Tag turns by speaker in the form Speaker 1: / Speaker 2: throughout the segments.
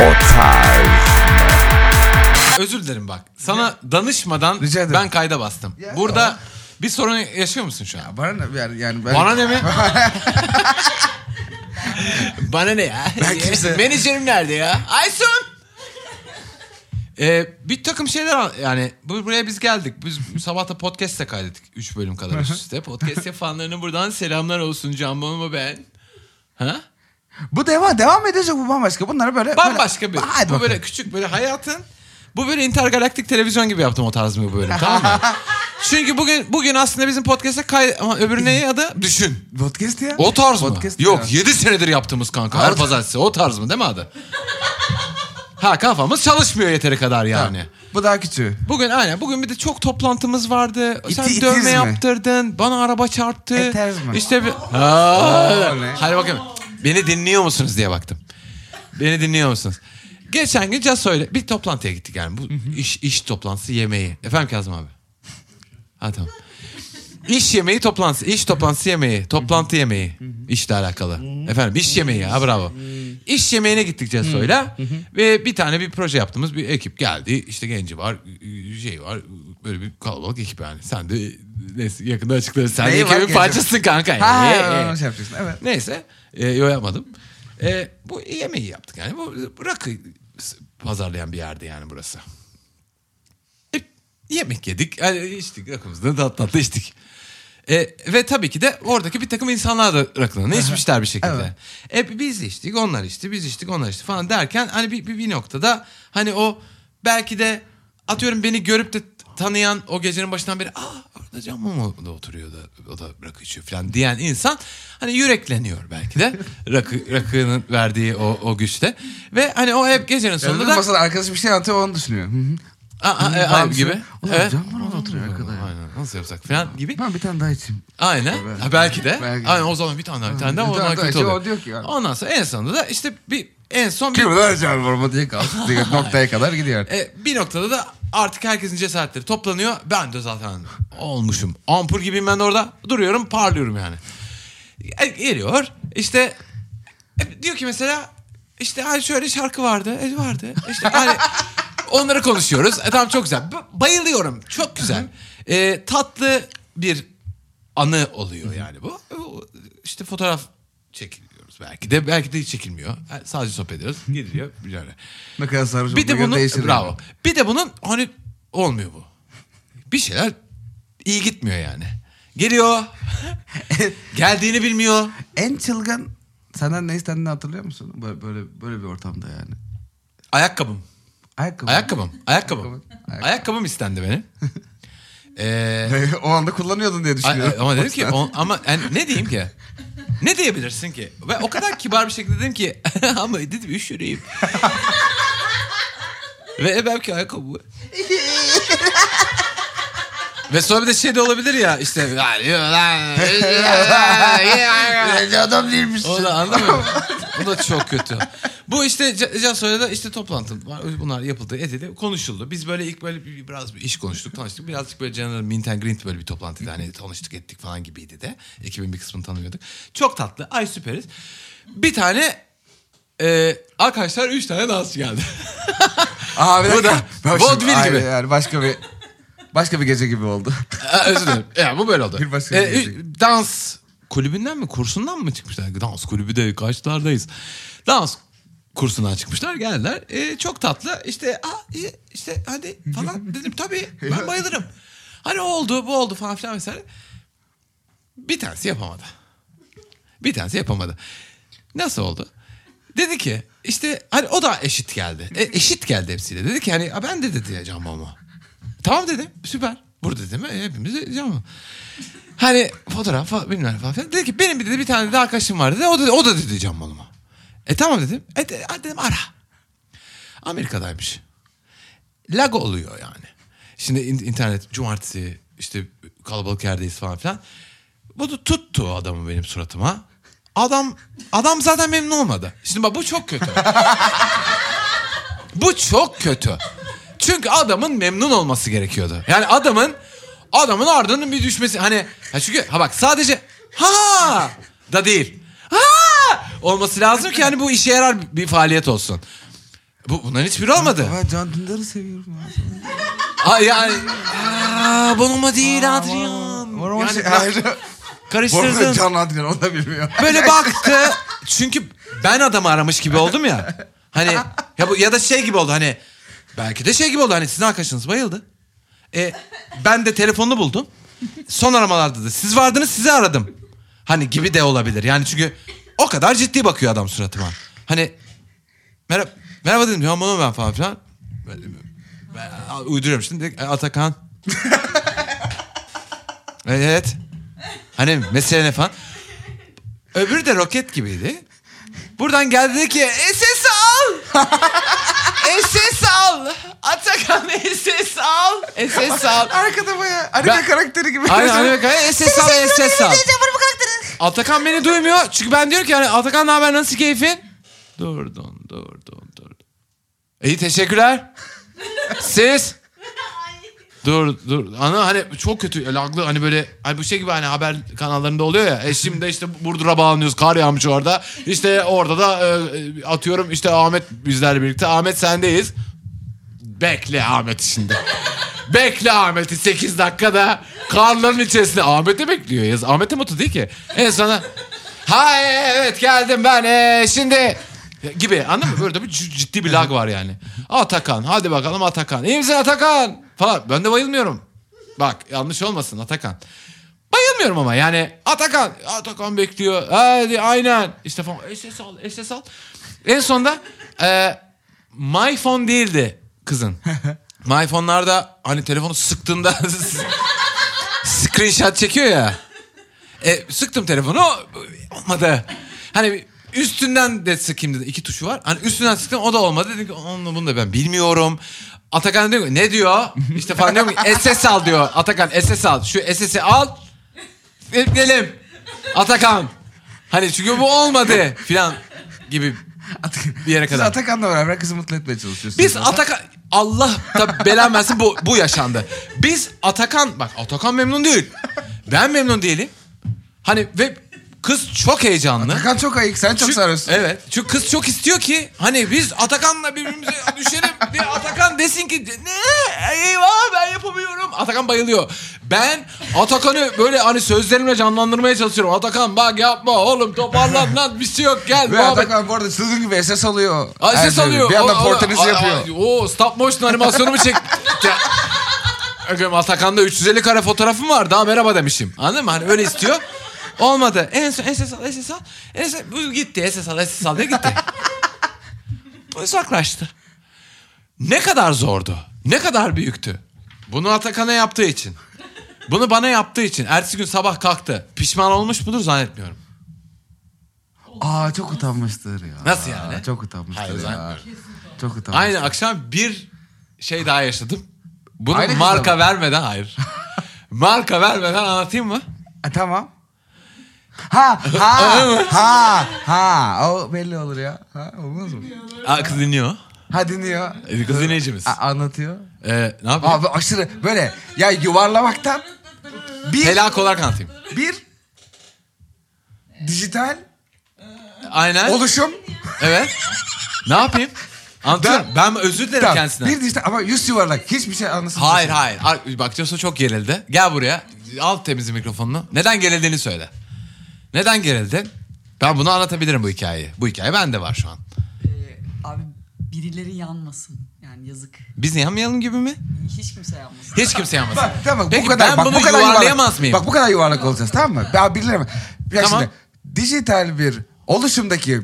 Speaker 1: O tarz.
Speaker 2: Özür dilerim bak. Sana danışmadan
Speaker 3: Rica ederim.
Speaker 2: ben kayda bastım.
Speaker 3: Ya,
Speaker 2: Burada
Speaker 3: tamam.
Speaker 2: bir sorun yaşıyor musun şu an?
Speaker 3: Bana ne yani, yani ben...
Speaker 2: Bana ne mi? Bana ne ya?
Speaker 3: Ben kimse-
Speaker 2: Menajerim nerede ya? Aysun! Ee, bir takım şeyler al- yani bu- buraya biz geldik. Biz bu sabah da podcast de kaydettik. 3 bölüm kadar üst üste. Podcast yapanlarına buradan selamlar olsun Can Bonomo ben. Ha?
Speaker 3: Bu devam devam edecek bu bambaşka. Bunları böyle...
Speaker 2: Bambaşka bir.
Speaker 3: böyle, Hadi
Speaker 2: bu
Speaker 3: bakalım.
Speaker 2: böyle küçük böyle hayatın. Bu böyle intergalaktik televizyon gibi yaptım o tarz bir bölüm tamam mı? Çünkü bugün bugün aslında bizim podcast'e kay ama öbürü neyi adı? Düşün.
Speaker 3: Podcast ya.
Speaker 2: O tarz mı?
Speaker 3: Podcast
Speaker 2: Yok
Speaker 3: Ya.
Speaker 2: 7 senedir yaptığımız kanka her
Speaker 3: Abi-
Speaker 2: pazartesi o tarz mı değil mi adı? Ha kafamız çalışmıyor yeteri kadar yani.
Speaker 3: Bu daha küçüğü.
Speaker 2: Bugün aynen. Bugün bir de çok toplantımız vardı. Sen
Speaker 3: İti-
Speaker 2: dövme
Speaker 3: itiz mi?
Speaker 2: yaptırdın. Bana araba çarptı.
Speaker 3: Eterz mi?
Speaker 2: İşte bir... Ha,
Speaker 3: ne?
Speaker 2: Hadi bakayım. Beni dinliyor musunuz diye baktım. Beni dinliyor musunuz? Geçen gün Caso ile bir toplantıya gittik yani. Bu iş, iş toplantısı yemeği. Efendim Kazım abi? Ha tamam. İş yemeği toplantısı, iş toplantısı yemeği, toplantı yemeği işle alakalı. Efendim iş yemeği ha bravo. İş yemeğine gittik Ceso'yla ve bir tane bir proje yaptığımız bir ekip geldi. İşte genci var, şey var böyle bir kalabalık ekip yani. Sen de neyse yakında açıklarız. Sen de
Speaker 3: Neyi var
Speaker 2: ekibin
Speaker 3: genci?
Speaker 2: parçasısın kanka. yani.
Speaker 3: Ha,
Speaker 2: Ee, ee.
Speaker 3: onu şey yapacaksın. Evet.
Speaker 2: Neyse. E, yo yapmadım. E, bu yemeği yaptık yani. Bu rakı pazarlayan bir yerdi yani burası. E, yemek yedik. Yani içtik rakımızı da tatlı tatlı içtik. E, ve tabii ki de oradaki bir takım insanlar da rakılarını içmişler bir şekilde. E, biz içtik, onlar içti, biz içtik, onlar içti falan derken hani bir, bir, bir noktada hani o belki de atıyorum beni görüp de tanıyan o gecenin başından beri aa orada Can Mumu da oturuyor da o da rakı içiyor falan diyen insan hani yürekleniyor belki de rakı rakının verdiği o, o güçte ve hani o hep gecenin sonunda
Speaker 3: Sonunda
Speaker 2: da
Speaker 3: masada arkadaşı bir şey anlatıyor onu düşünüyor. Hı hı.
Speaker 2: Aa, aa, e,
Speaker 3: Tamam,
Speaker 2: aa, gibi
Speaker 3: Ulan
Speaker 2: evet.
Speaker 3: Can Mumu da oturuyor arkada ya.
Speaker 2: Aynen nasıl yapsak falan gibi
Speaker 3: Ben bir tane daha içeyim.
Speaker 2: Aynen.
Speaker 3: Belki.
Speaker 2: Ha, belki de.
Speaker 3: Belki.
Speaker 2: Aynen o zaman bir tane daha bir tane daha.
Speaker 3: Bir
Speaker 2: O
Speaker 3: tane
Speaker 2: zaman
Speaker 3: daha
Speaker 2: kötü
Speaker 3: şey,
Speaker 2: oluyor.
Speaker 3: o diyor ki yani.
Speaker 2: Ondan sonra en sonunda da işte bir en son bir,
Speaker 3: Kim lan Can Mumu diye kalsın diye noktaya kadar gidiyor.
Speaker 2: e, bir noktada da artık herkesin cesaretleri toplanıyor. Ben de zaten olmuşum. Ampul gibiyim ben de orada. Duruyorum parlıyorum yani. E, geliyor işte e, diyor ki mesela işte hani şöyle şarkı vardı. E, vardı. İşte hani onları konuşuyoruz. E, tamam çok güzel. B- bayılıyorum. Çok güzel. E, tatlı bir anı oluyor yani bu. O- İşte fotoğraf çekiliyoruz belki de. Belki de hiç çekilmiyor. E, Sadece sohbet ediyoruz. Gidiliyor. Yani.
Speaker 3: Ne kadar
Speaker 2: Bir
Speaker 3: sarhoş
Speaker 2: de
Speaker 3: olduğuna göre
Speaker 2: bunun
Speaker 3: değişir
Speaker 2: bravo.
Speaker 3: yani.
Speaker 2: Bir de bunun hani olmuyor bu. Bir şeyler iyi gitmiyor yani. Geliyor. Geldiğini bilmiyor.
Speaker 3: En çılgın senden ne istendiğini hatırlıyor musun? Böyle böyle, böyle bir ortamda yani.
Speaker 2: Ayakkabım.
Speaker 3: Ayakkabı.
Speaker 2: Ayakkabım. Ayakkabım.
Speaker 3: Ayakkabı.
Speaker 2: Ayakkabım istendi benim. Ee,
Speaker 3: o anda kullanıyordun diye
Speaker 2: ay-
Speaker 3: düşünüyorum.
Speaker 2: ay- ama dedim ki
Speaker 3: Sen-
Speaker 2: on- ama yani ne diyeyim ki? Ne diyebilirsin ki? Ve o kadar kibar bir şekilde dedim ki ama dedim üşüreyim. Ve e, belki ayakkabı. Ve sonra bir de şey de olabilir ya işte.
Speaker 3: Öyle adam değilmişsin.
Speaker 2: O da anlamıyor musun? Bu da çok kötü. Bu işte Ca- Cansoy'la da işte toplantı var. Bunlar yapıldı, edildi, konuşuldu. Biz böyle ilk böyle bir- biraz bir iş konuştuk, tanıştık. Birazcık böyle General Mint and Grint böyle bir toplantıydı. Hani tanıştık ettik falan gibiydi de. Ekibin bir kısmını tanımıyorduk. Çok tatlı. Ay süperiz. Bir tane e, arkadaşlar üç tane dansçı geldi.
Speaker 3: Aa bir
Speaker 2: Bu
Speaker 3: dakika.
Speaker 2: da
Speaker 3: Ben şimdi-
Speaker 2: vaudeville
Speaker 3: Ay,
Speaker 2: gibi.
Speaker 3: Yani başka bir başka bir gece gibi oldu.
Speaker 2: Ee, Özür dilerim. Yani bu böyle oldu.
Speaker 3: Bir başka
Speaker 2: Ee,
Speaker 3: bir-
Speaker 2: üç- dans kulübünden mi kursundan mı çıkmışlar? Dans kulübü de kaçlardayız. Dans kursundan çıkmışlar geldiler. Ee, çok tatlı işte "Aa, iyi, işte hadi falan dedim tabii ben bayılırım. Hani o oldu bu oldu falan filan vesaire. Bir tanesi yapamadı. Bir tanesi yapamadı. Nasıl oldu? Dedi ki işte hani o da eşit geldi. E, eşit geldi hepsiyle. Dedi ki hani "A, ben de dedi Can Mama. Tamam dedim süper. Burada dedim e, hepimiz de Can Mama. Hani fotoğraf falan bilmem ne falan filan. Dedi ki benim bir, dedi, bir tane de arkadaşım var dedi. O da, o da dedi Can Mama. E tamam dedim. E, de- hadi dedim ara. Amerika'daymış. Lag oluyor yani. Şimdi in- internet cumartesi işte kalabalık yerdeyiz falan filan. Bu da tuttu adamı benim suratıma. Adam adam zaten memnun olmadı. Şimdi bak bu çok kötü. bu çok kötü. Çünkü adamın memnun olması gerekiyordu. Yani adamın adamın ardının bir düşmesi hani ha çünkü ha bak sadece ha da değil. Ha olması lazım ki hani bu işe yarar bir faaliyet olsun. Bu, bunların hiçbiri olmadı.
Speaker 3: Ben Can Dündar'ı seviyorum ya.
Speaker 2: Aa, yani aa, bonuma değil Adrian.
Speaker 3: Var ama
Speaker 2: Yani
Speaker 3: şey-
Speaker 2: biraz
Speaker 3: Bu arada
Speaker 2: karıştırdın.
Speaker 3: Can Adrian onu da bilmiyor.
Speaker 2: Böyle baktı. Çünkü ben adamı aramış gibi oldum ya. Hani ya bu ya da şey gibi oldu hani belki de şey gibi oldu hani sizin arkadaşınız bayıldı. E, ben de telefonunu buldum. Son aramalarda da siz vardınız sizi aradım. Hani gibi de olabilir. Yani çünkü o kadar ciddi bakıyor adam suratıma. Hani merhaba merhaba dedim ya bunu ben falan filan. Ben- ben- Uyduruyorum şimdi Direkt, "E, Atakan. evet. Hani mesele ne falan. Öbürü de roket gibiydi. Buradan geldi dedi ki SS al. SS al. Atakan SS al. SS al.
Speaker 3: Arkada baya anime
Speaker 2: Ben-
Speaker 3: karakteri gibi.
Speaker 2: Aynen anime kaydı. SS al SS al. Atakan beni duymuyor. Çünkü ben diyorum ki hani Atakan ne haber nasıl keyfin? Durdun durdun durdun. İyi teşekkürler. Siz? Dur dur. Ana hani çok kötü laglı hani böyle hani bu şey gibi hani haber kanallarında oluyor ya. E şimdi işte Burdur'a bağlanıyoruz. Kar yağmış orada. İşte orada da e, e, atıyorum işte Ahmet bizlerle birlikte. Ahmet sendeyiz. Bekle Ahmet şimdi. Bekle Ahmet'i 8 dakikada karların içerisinde. Ahmet'i bekliyor yaz. Ahmet'e mutlu değil ki. En sana ha e, evet geldim ben e, şimdi gibi anladın mı? Böyle bir c- ciddi bir lag var yani. Atakan hadi bakalım Atakan. İyi misin Atakan? Falan. Ben de bayılmıyorum. Bak yanlış olmasın Atakan. Bayılmıyorum ama yani Atakan. Atakan bekliyor. Hadi aynen. İşte falan. SS al SS al. En sonunda e, my phone değildi kızın. my phone'larda hani telefonu sıktığında screenshot çekiyor ya. E, sıktım telefonu olmadı. Hani üstünden de sıkayım dedim. İki tuşu var. Hani üstünden sıktım o da olmadı. Dedim ki onu bunu da ben bilmiyorum. Atakan diyor ki, ne diyor? İşte falan diyorum ki SS al diyor. Atakan SS al. Şu SS'i al. Bekleyelim. Atakan. Hani çünkü bu olmadı filan gibi bir yere
Speaker 3: Siz
Speaker 2: kadar.
Speaker 3: Atakan'la beraber kızı mutlu etmeye çalışıyorsunuz.
Speaker 2: Biz Atakan Allah da belan versin bu, bu yaşandı. Biz Atakan bak Atakan memnun değil. Ben memnun değilim. Hani ve kız çok heyecanlı.
Speaker 3: Atakan çok ayık sen çok
Speaker 2: Çünkü-
Speaker 3: sarıyorsun.
Speaker 2: Evet. Çünkü kız çok istiyor ki hani biz Atakan'la birbirimize düşelim diye Atakan desin ki ne eyvah ben yapamıyorum. Atakan bayılıyor. Ben Atakan'ı böyle hani sözlerimle canlandırmaya çalışıyorum. Atakan bak yapma oğlum toparlan lan bir şey yok gel.
Speaker 3: Ve
Speaker 2: muhabbet-
Speaker 3: Atakan bu arada çılgın gibi ses alıyor.
Speaker 2: Ay ses
Speaker 3: Her şeyi.
Speaker 2: alıyor.
Speaker 3: Bir
Speaker 2: O-
Speaker 3: yandan
Speaker 2: o-
Speaker 3: portenizi
Speaker 2: ay-
Speaker 3: yapıyor.
Speaker 2: ay- Oo stop motion animasyonu mu çek? Ya, Efendim, Atakan'da 350 kare fotoğrafım var. Daha merhaba demişim. Anladın mı? Hani öyle istiyor. Olmadı. En son SS al, SS al. SS, bu gitti. SS al, SS al diye gitti. Bu Uzaklaştı. Ne kadar zordu. Ne kadar büyüktü. Bunu Atakan'a yaptığı için. Bunu bana yaptığı için. Ertesi gün sabah kalktı. Pişman olmuş mudur zannetmiyorum.
Speaker 3: Aa çok utanmıştır ya.
Speaker 2: Nasıl yani?
Speaker 3: Çok utanmıştır
Speaker 2: Hayır,
Speaker 3: ya. Çok utanmıştır.
Speaker 2: Aynı akşam bir şey daha yaşadım. Bunu
Speaker 3: Aynı kızla
Speaker 2: marka
Speaker 3: mı?
Speaker 2: vermeden hayır. marka vermeden anlatayım mı?
Speaker 3: E, tamam. Ha ha ha ha o belli olur ya. Ha olmaz mı?
Speaker 2: Aa, kız dinliyor.
Speaker 3: Ha dinliyor.
Speaker 2: Ee, Kız dinleyicimiz.
Speaker 3: A- anlatıyor.
Speaker 2: Ee, ne yapayım?
Speaker 3: Abi aşırı böyle ya yuvarlamaktan bir
Speaker 2: Helak olarak anlatayım.
Speaker 3: bir dijital
Speaker 2: Aynen.
Speaker 3: oluşum
Speaker 2: Evet. ne yapayım? Anlatıyorum. Ben, özür dilerim
Speaker 3: Tamam,
Speaker 2: kendisine.
Speaker 3: bir dijital ama yüz yuvarlak hiçbir şey anlasın.
Speaker 2: Hayır hayır. Ar- Bak Cosu çok gerildi. Gel buraya. Al temiz mikrofonunu. Neden gerildiğini söyle. Neden gerildin? Ben bunu anlatabilirim bu hikayeyi. Bu hikaye bende var şu an.
Speaker 1: Ee, abi birileri yanmasın. Yani yazık.
Speaker 2: Biz yanmayalım gibi mi?
Speaker 1: Hiç kimse yanmasın.
Speaker 2: Hiç kimse yanmasın.
Speaker 3: Bak, tamam
Speaker 2: Peki
Speaker 3: bu kadar.
Speaker 2: ben
Speaker 3: bak,
Speaker 2: bunu
Speaker 3: bu kadar
Speaker 2: yuvarlayamaz
Speaker 3: yuvarlak.
Speaker 2: mıyım?
Speaker 3: Bak bu kadar yuvarlak olacağız tamam mı? Ben bilirim. Ya
Speaker 2: Tamam.
Speaker 3: şimdi dijital bir oluşumdaki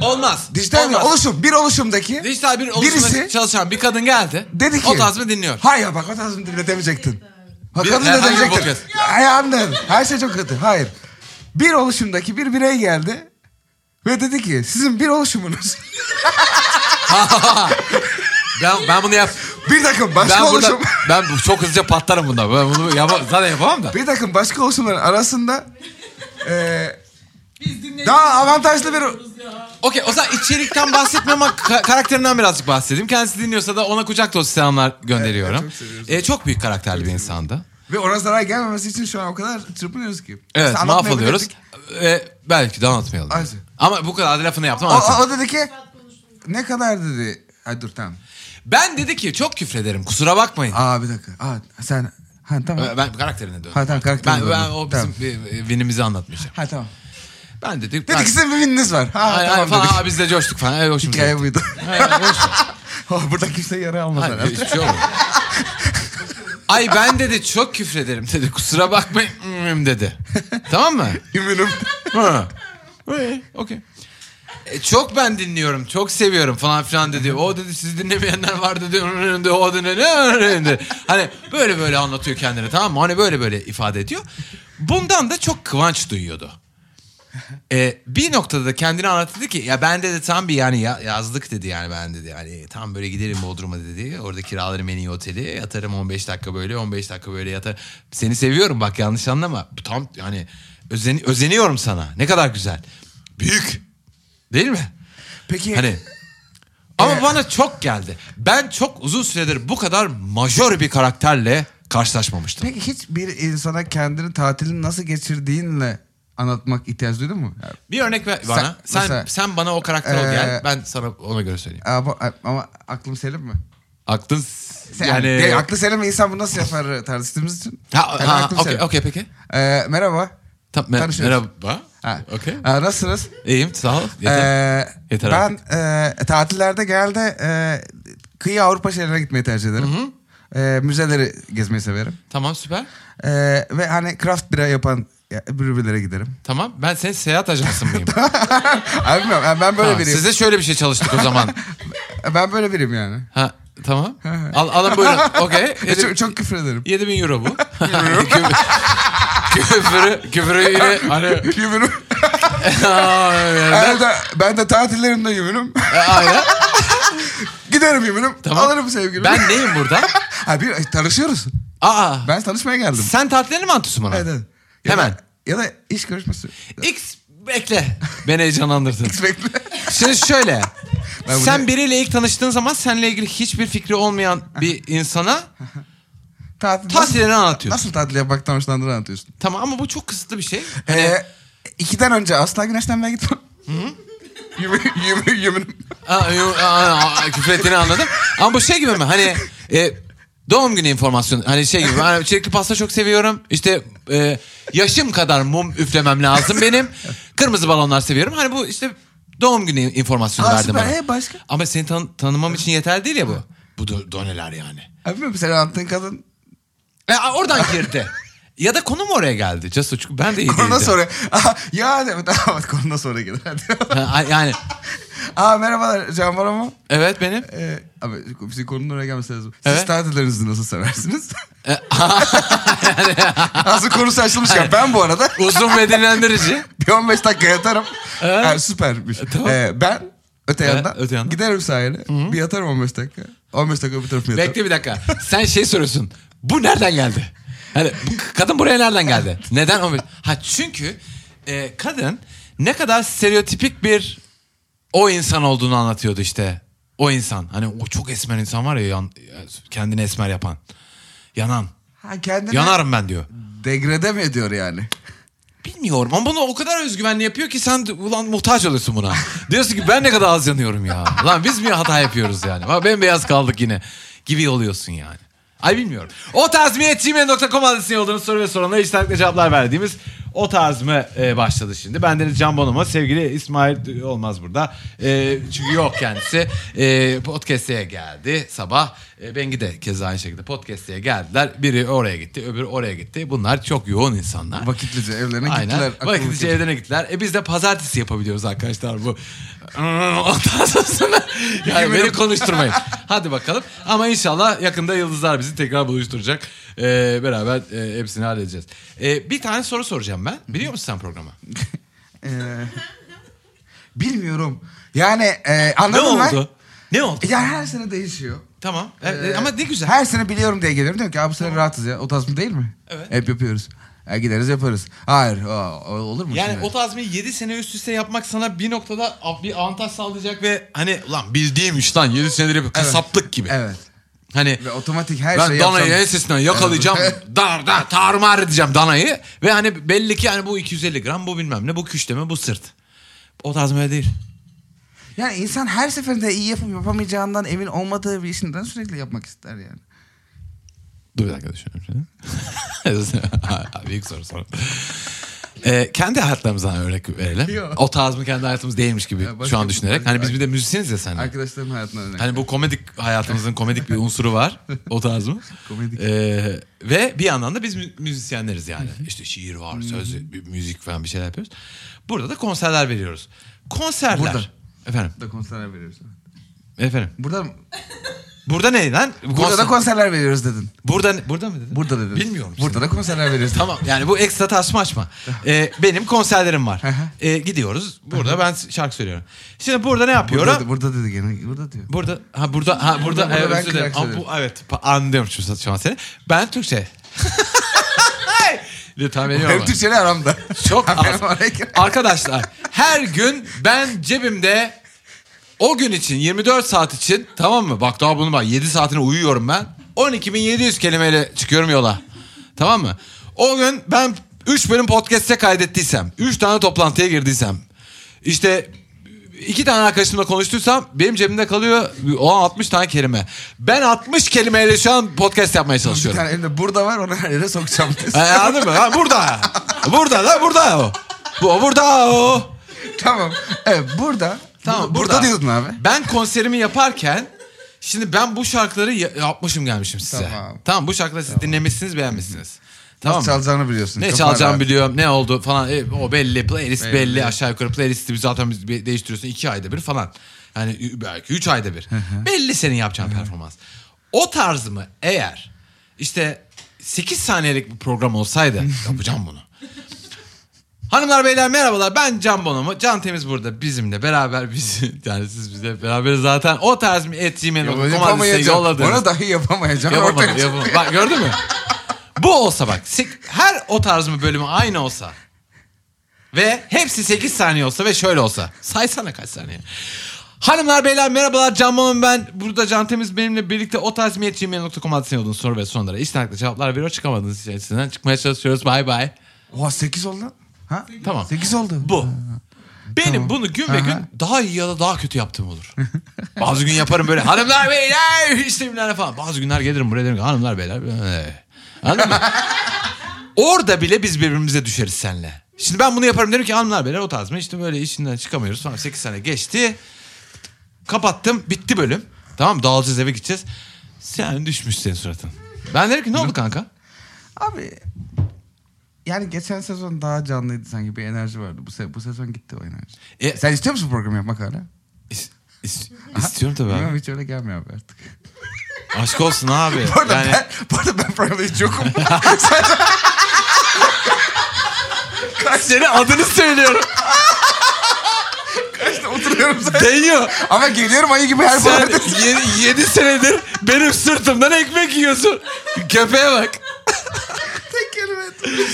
Speaker 2: Olmaz.
Speaker 3: dijital bir
Speaker 2: Olmaz.
Speaker 3: oluşum bir oluşumdaki
Speaker 2: Dijital bir oluşumda
Speaker 3: birisi
Speaker 2: çalışan bir kadın geldi.
Speaker 3: dedi ki
Speaker 2: O tazmi dinliyor.
Speaker 3: Hayır bak o tazmini dinletemeyecektin. Bak
Speaker 2: Bir-
Speaker 3: onu
Speaker 2: herhangi bir
Speaker 3: dinletemeyecektin.
Speaker 2: podcast.
Speaker 3: Hayır her şey çok kötü. Hayır. Bir oluşumdaki bir birey geldi ve dedi ki sizin bir oluşumunuz
Speaker 2: Ben, ben bunu yap.
Speaker 3: bir takım başka
Speaker 2: Ben burada
Speaker 3: oluşum
Speaker 2: ben bu- çok hızlıca patlarım bunda. Ben bunu yapa- zaten yapamam da.
Speaker 3: bir takım başka oluşumların arasında eee,
Speaker 1: Biz dinleyelim.
Speaker 3: daha avantajlı bir
Speaker 2: Okey o zaman içerikten bahsetmiyorum ama ka- karakterinden birazcık bahsedeyim. Kendisi dinliyorsa da ona kucak dolusu selamlar gönderiyorum.
Speaker 3: Evet, çok seviyoruz.
Speaker 2: Ee, çok büyük karakterli bir insandı.
Speaker 3: ve ona zarar gelmemesi için şu an o kadar çırpınıyoruz ki.
Speaker 2: Evet
Speaker 3: Mesela
Speaker 2: mahvoluyoruz.
Speaker 3: anlatmayabilirdik.
Speaker 2: Ee, belki de anlatmayalım.
Speaker 3: Hadi.
Speaker 2: Ama bu kadar lafını yaptım
Speaker 3: O,
Speaker 2: anlatayım.
Speaker 3: o, o dedi ki ne kadar dedi Ay dur tamam.
Speaker 2: Ben dedi ki çok küfrederim kusura bakmayın.
Speaker 3: Aa bir dakika. Aa sen ha tamam.
Speaker 2: Ben karakterine döndüm.
Speaker 3: Ha, tamam, karakterine
Speaker 2: ben, ben
Speaker 3: döndüm.
Speaker 2: o bizim e, vinimizi anlatmışım.
Speaker 3: Ha tamam.
Speaker 2: Ben dedik.
Speaker 3: Dedi
Speaker 2: ben-
Speaker 3: ki sizin bir bininiz var. Ha
Speaker 2: Ay, ay,
Speaker 3: tamam
Speaker 2: falan,
Speaker 3: dedik.
Speaker 2: "Aa, biz de coştuk falan. Ay, hoşumuza
Speaker 3: Hikaye
Speaker 2: gitti.
Speaker 3: buydu.
Speaker 2: Ay, ay, hoş.
Speaker 3: Oh, Burada kimse yara almaz
Speaker 2: Ay,
Speaker 3: herhalde.
Speaker 2: hiçbir şey olmadı. Ay ben dedi çok küfrederim dedi. Kusura bakmayın mm, dedi. Tamam mı?
Speaker 3: Ümürüm.
Speaker 2: Ha. Ee, Okey. E, çok ben dinliyorum, çok seviyorum falan filan dedi. O dedi sizi dinlemeyenler var dedi. Ürün dedi, O dedi, ne dedi. Hani böyle böyle anlatıyor kendini tamam mı? Hani böyle böyle ifade ediyor. Bundan da çok kıvanç duyuyordu. E, bir noktada da kendini anlattı dedi ki ya ben dedi tam bir yani ya- yazlık dedi yani ben dedi yani tam böyle giderim Bodrum'a dedi. Orada kiralarım en iyi oteli yatarım 15 dakika böyle 15 dakika böyle yatar. Seni seviyorum bak yanlış anlama. Bu tam yani özen, özeniyorum sana ne kadar güzel. Büyük değil mi?
Speaker 3: Peki
Speaker 2: Hani ama bana çok geldi. Ben çok uzun süredir bu kadar majör bir karakterle karşılaşmamıştım.
Speaker 3: peki hiç bir insana kendini tatilini nasıl geçirdiğinle anlatmak ihtiyaç duydun mu? Ya,
Speaker 2: Bir örnek ver bana. Sen sen,
Speaker 3: mesela-
Speaker 2: bana o karakter ol gel.
Speaker 3: Ee,
Speaker 2: Ben sana ona göre söyleyeyim.
Speaker 3: Ama, ama aklım selim mi?
Speaker 2: Aklın
Speaker 3: Se-
Speaker 2: yani
Speaker 3: de- aklı selim mi insan bunu nasıl yapar tartıştığımız için.
Speaker 2: Ha,
Speaker 3: Yani
Speaker 2: ha
Speaker 3: aklım
Speaker 2: okey
Speaker 3: selim.
Speaker 2: okey peki.
Speaker 3: Ee, merhaba.
Speaker 2: Tam, me-
Speaker 3: Tanışıyoruz.
Speaker 2: merhaba.
Speaker 3: Ha.
Speaker 2: Okey.
Speaker 3: Aa, nasılsınız?
Speaker 2: İyiyim sağ ol. Yeter.
Speaker 3: Ee,
Speaker 2: Yeter
Speaker 3: ben e, tatillerde genelde e, kıyı Avrupa şehirlerine gitmeyi tercih ederim. E, müzeleri gezmeyi severim.
Speaker 2: tamam süper.
Speaker 3: E, ve hani craft bira yapan ya, brewery'lere giderim.
Speaker 2: Tamam ben senin seyahat ajansın mıyım?
Speaker 3: Abi bilmiyorum, yani ben böyle
Speaker 2: Ha,
Speaker 3: biriyim.
Speaker 2: size şöyle bir şey çalıştık o zaman.
Speaker 3: Ben böyle biriyim yani.
Speaker 2: Ha tamam. Al, alın buyurun. Okey.
Speaker 3: E, çok, çok küfür ederim.
Speaker 2: 7000 euro bu. Küfür- küfürü, küfürü yine hani
Speaker 3: Yumurum.
Speaker 2: Aynen.
Speaker 3: ben, de, ben de tatillerimde yumurum.
Speaker 2: Aynen.
Speaker 3: Giderim yumurum. Alırım sevgilimi.
Speaker 2: Ben neyim burada?
Speaker 3: Ha, bir, tanışıyoruz.
Speaker 2: Aa.
Speaker 3: Ben tanışmaya geldim.
Speaker 2: Sen tatillerini mi anlatıyorsun bana?
Speaker 3: Evet, evet. Ya
Speaker 2: Hemen.
Speaker 3: Da, ya da iş görüşmesi.
Speaker 2: X bekle. Beni heyecanlandırdın.
Speaker 3: Bekle.
Speaker 2: Şimdi şöyle.
Speaker 3: bunu-
Speaker 2: Sen biriyle ilk tanıştığın zaman seninle ilgili hiçbir fikri olmayan bir insana
Speaker 3: Tatil,
Speaker 2: tatilini anlatıyorsun.
Speaker 3: Nasıl tatil yapmaktan hoşlandığını anlatıyorsun.
Speaker 2: Tamam ama bu çok kısıtlı bir şey. Hani
Speaker 3: Ee, ikiden önce asla güneşlenmeye gitmem. Yümür, yümür, yümür.
Speaker 2: Hani, Aa, yo- aa, aa, küfür ettiğini anladım. Ama bu şey gibi mi? Hani e, doğum günü informasyonu. Hani şey gibi. Hani çilekli pasta çok seviyorum. İşte e, yaşım kadar mum üflemem lazım benim. Kırmızı balonlar seviyorum. Hani bu işte doğum günü informasyonu
Speaker 3: Aa,
Speaker 2: verdim
Speaker 3: süper.
Speaker 2: bana.
Speaker 3: Ee, başka?
Speaker 2: Ama seni tan- tanımam için yeterli değil ya bu. Bu do- doneler yani.
Speaker 3: Abi mi sen anlattığın kadın
Speaker 2: E, a- oradan girdi. ya da konu mu oraya geldi? Casuç ben de iyi
Speaker 3: konudan
Speaker 2: değildim.
Speaker 3: sonra. Aa, ya de- tamam konudan sonra gelir. Hadi.
Speaker 2: Ha, yani
Speaker 3: Aa merhabalar Can var ama.
Speaker 2: evet benim.
Speaker 3: Ee, abi bizim konunun oraya gelmesi lazım. Siz
Speaker 2: Evet. E,
Speaker 3: tatillerinizi nasıl seversiniz? Aslında konusu açılmışken ben bu arada
Speaker 2: Uzun ve dinlendirici.
Speaker 3: bir 15 dakika yatarım. Yani süpermiş.
Speaker 2: Ee? E, tamam.
Speaker 3: Ee, ben öte,
Speaker 2: Evet,
Speaker 3: yandan
Speaker 2: öte yandan.
Speaker 3: giderim sahile. Bir yatarım 15 dakika. 15 dakika bir tarafıma yatarım.
Speaker 2: Bekle bir dakika. Sen şey soruyorsun. Bu nereden geldi? Hani bu k- kadın buraya nereden geldi? Neden? o- Ha çünkü e, kadın ne kadar stereotipik bir o insan olduğunu anlatıyordu işte. O insan. Hani o çok esmer insan var ya yan- kendini esmer yapan. Yanan.
Speaker 3: Ha, kendine
Speaker 2: Yanarım ben diyor.
Speaker 3: degrede mi ediyor yani?
Speaker 2: Bilmiyorum ama bunu o kadar özgüvenli yapıyor ki sen de- ulan muhtaç oluyorsun buna. Diyorsun ki ben ne kadar az yanıyorum ya. Lan biz mi hata yapıyoruz yani? Bak bembeyaz kaldık yine. Gibi oluyorsun yani. Ay bilmiyorum. O tarz mı gmail.com adresine yolladığınız soru ve sorunlara içtenlikle cevaplar verdiğimiz o tarz mı e, başladı şimdi. Ben Deniz Can Bonomo, sevgili İsmail e, olmaz burada. E, çünkü yok kendisi. E, podcast'e geldi sabah. E, Bengi de keza aynı şekilde podcast'e geldiler. Biri oraya gitti, öbürü oraya gitti. Bunlar çok yoğun insanlar.
Speaker 3: Vakitlice evlerine
Speaker 2: Aynen.
Speaker 3: gittiler. akıllı
Speaker 2: Vakitlice
Speaker 3: çocuk.
Speaker 2: evlerine gittiler. E biz de pazartesi yapabiliyoruz arkadaşlar bu. Ondan sonra yani beni konuşturmayın. Hadi bakalım. Ama inşallah yakında yıldızlar bizi tekrar buluşturacak. Ee, beraber e, hepsini halledeceğiz. Ee, bir tane soru soracağım ben. Biliyor musun sen programı?
Speaker 3: Ee, bilmiyorum. Yani e,
Speaker 2: Ne
Speaker 3: anladın mı?
Speaker 2: oldu? Ne oldu?
Speaker 3: E Ya her sene değişiyor.
Speaker 2: Tamam. Evet,
Speaker 3: Ee,
Speaker 2: ama ne güzel.
Speaker 3: Her sene biliyorum diye geliyorum. Diyorum ki abi bu sene rahatız ya. O tasma değil mi?
Speaker 2: Evet.
Speaker 3: Hep yapıyoruz. Ha, gideriz yaparız. Hayır o- o- olur mu
Speaker 2: Yani
Speaker 3: şimdi?
Speaker 2: o tazmiyi 7 sene üst üste yapmak sana bir noktada bir avantaj sağlayacak ve hani ulan bildiğim iş lan 7 senedir yapıp kasaplık gibi.
Speaker 3: Evet.
Speaker 2: Hani
Speaker 3: Ve otomatik her şey
Speaker 2: ben
Speaker 3: şeyi
Speaker 2: Dana'yı
Speaker 3: yapsam-
Speaker 2: ensesinden yakalayacağım. dar dar tarumar edeceğim Dana'yı. Ve hani belli ki hani bu 250 gram bu bilmem ne bu küşleme bu sırt. O tarz böyle değil.
Speaker 3: Yani insan her seferinde iyi yapıp yapamayacağından emin olmadığı bir işinden sürekli yapmak ister yani.
Speaker 2: Dur bir dakika düşünüyorum şimdi. Büyük soru soru. Ee, kendi hayatlarımızdan örnek verelim.
Speaker 3: Yok.
Speaker 2: O tarz mı kendi hayatımız değilmiş gibi
Speaker 3: Ya başka
Speaker 2: şu an
Speaker 3: bir-
Speaker 2: düşünerek. Hani biz bir de müzisyeniz ya sen.
Speaker 3: Arkadaşlarım hayatına örnek.
Speaker 2: Hani bu komedik hayatımızın komedik bir unsuru var. O tarz mı?
Speaker 3: Komedik.
Speaker 2: Ee, ve bir yandan da biz mü- müzisyenleriz yani. işte şiir var, söz, bir müzik falan bir şeyler yapıyoruz. Burada da konserler veriyoruz. Konserler.
Speaker 3: Burada.
Speaker 2: Efendim.
Speaker 3: da konserler veriyoruz.
Speaker 2: Efendim.
Speaker 3: Burada,
Speaker 2: Burada ne lan?
Speaker 3: burada
Speaker 2: Konser-
Speaker 3: da konserler veriyoruz dedin.
Speaker 2: Burada, burada mı dedin?
Speaker 3: Burada dedin.
Speaker 2: Bilmiyorum.
Speaker 3: Burada da konserler veriyoruz.
Speaker 2: Tamam yani bu ekstra tartışma açma. Ee, benim konserlerim var.
Speaker 3: hı.
Speaker 2: Ee, gidiyoruz. Burada ben şarkı söylüyorum. Şimdi burada ne yapıyorum?
Speaker 3: Burada,
Speaker 2: Burada
Speaker 3: burada dedi gene. Burada diyor.
Speaker 2: burada ha burada ha burada,
Speaker 3: Burada- burada
Speaker 2: evet,
Speaker 3: ben
Speaker 2: özür dilerim.
Speaker 3: kıyak
Speaker 2: Ama bu
Speaker 3: söylerim.
Speaker 2: evet pa- anlıyorum şu, şu an seni. Ben Türkçe. Bir de tahmin ediyorum
Speaker 3: Benim
Speaker 2: ama.
Speaker 3: Türkçeyle aramda.
Speaker 2: Çok
Speaker 3: Aferin
Speaker 2: az.
Speaker 3: aleyküm.
Speaker 2: Arkadaşlar her gün ben cebimde o gün için 24 saat için tamam mı? Bak daha bunun bak 7 saatini uyuyorum ben. 12.700 kelimeyle çıkıyorum yola. Tamam mı? O gün ben 3 bölüm podcast'e kaydettiysem, 3 tane toplantıya girdiysem, işte iki tane arkadaşımla konuştuysam benim cebimde kalıyor o an 60 tane kelime. Ben 60 kelimeyle şu an podcast yapmaya
Speaker 3: Bir
Speaker 2: çalışıyorum.
Speaker 3: tane elimde burada var onu her yere sokacağım.
Speaker 2: E, anladın mı? Ha, burada. Burada da burada o. Bu burada o.
Speaker 3: tamam. Evet burada.
Speaker 2: Tamam
Speaker 3: burada, burada diyordun abi.
Speaker 2: Ben konserimi yaparken şimdi ben bu şarkıları ya- yapmışım gelmişim size. Tamam.
Speaker 3: Tamam.
Speaker 2: bu şarkıları siz dinlemişsiniz beğenmişsiniz. Tamam mı?
Speaker 3: Çalacağını biliyorsun.
Speaker 2: Ne
Speaker 3: Çok
Speaker 2: çalacağımı
Speaker 3: var abi.
Speaker 2: biliyorum. Ne oldu falan. E, o belli. Playlist belli.
Speaker 3: Belli.
Speaker 2: Aşağı yukarı playlisti biz zaten biz bir değiştiriyorsun. iki ayda bir falan. Yani ü- belki üç ayda bir. belli senin yapacağın performans. O tarzımı eğer işte 8 saniyelik bir program olsaydı yapacağım bunu. Hanımlar beyler merhabalar ben Can Bonomo. Can Temiz burada bizimle beraber biz yani siz bizle beraber zaten o tarz bir ettiğimin
Speaker 3: Yapamayacağım.
Speaker 2: komandisini yolladınız.
Speaker 3: Onu dahi yapamayacağım.
Speaker 2: Yapamadım,
Speaker 3: Ortaya
Speaker 2: yapamadım.
Speaker 3: çıkıyor.
Speaker 2: Bak gördün mü? Bu olsa bak sek- her o tarz mı bölümü aynı olsa ve hepsi 8 saniye olsa ve şöyle olsa. Saysana kaç saniye. Hanımlar beyler merhabalar Can Bonomo ben burada Can Temiz benimle birlikte o tarz mı gmail.com adresine yolladığınız soru ve sorulara içtenlikle cevaplar veriyor çıkamadığınız içerisinden çıkmaya çalışıyoruz bay bay.
Speaker 3: Oha 8 oldu. Ha?
Speaker 2: Tamam.
Speaker 3: 8 oldu.
Speaker 2: Bu. Benim bunu gün ve
Speaker 3: Aha.
Speaker 2: gün daha iyi ya da daha kötü yaptığım olur. Bazı gün yaparım böyle hanımlar beyler işte bilmem ne falan. Bazı günler gelirim buraya derim ki hanımlar beyler. ee." Anladın mı? Orada bile biz birbirimize düşeriz senle. Şimdi ben bunu yaparım derim ki hanımlar beyler o tarz mı? İşte böyle işinden çıkamıyoruz falan. 8 sene geçti. Kapattım. Bitti bölüm. Tamam mı? Dağılacağız eve gideceğiz. Sen düşmüş senin suratın. Ben derim ki ne oldu kanka?
Speaker 3: Abi yani geçen sezon daha canlıydı sanki bir enerji vardı. Bu, se- bu sezon gitti o enerji.
Speaker 2: E,
Speaker 3: Sen istiyor musun program yapmak hala?
Speaker 2: is- is- istiyorum tabii
Speaker 3: Bilmiyorum
Speaker 2: abi.
Speaker 3: hiç öyle gelmiyor abi artık.
Speaker 2: Aşk olsun abi.
Speaker 3: Bu arada,
Speaker 2: Yani-
Speaker 3: ben, bu arada ben programda hiç yokum. Sen-
Speaker 2: Senin adını söylüyorum.
Speaker 3: işte oturuyorum zaten.
Speaker 2: Deniyor.
Speaker 3: Ama geliyorum ayı gibi her
Speaker 2: Sen
Speaker 3: programda.
Speaker 2: 7 senedir benim sırtımdan ekmek yiyorsun. Köpeğe bak.
Speaker 3: Tek kelime et.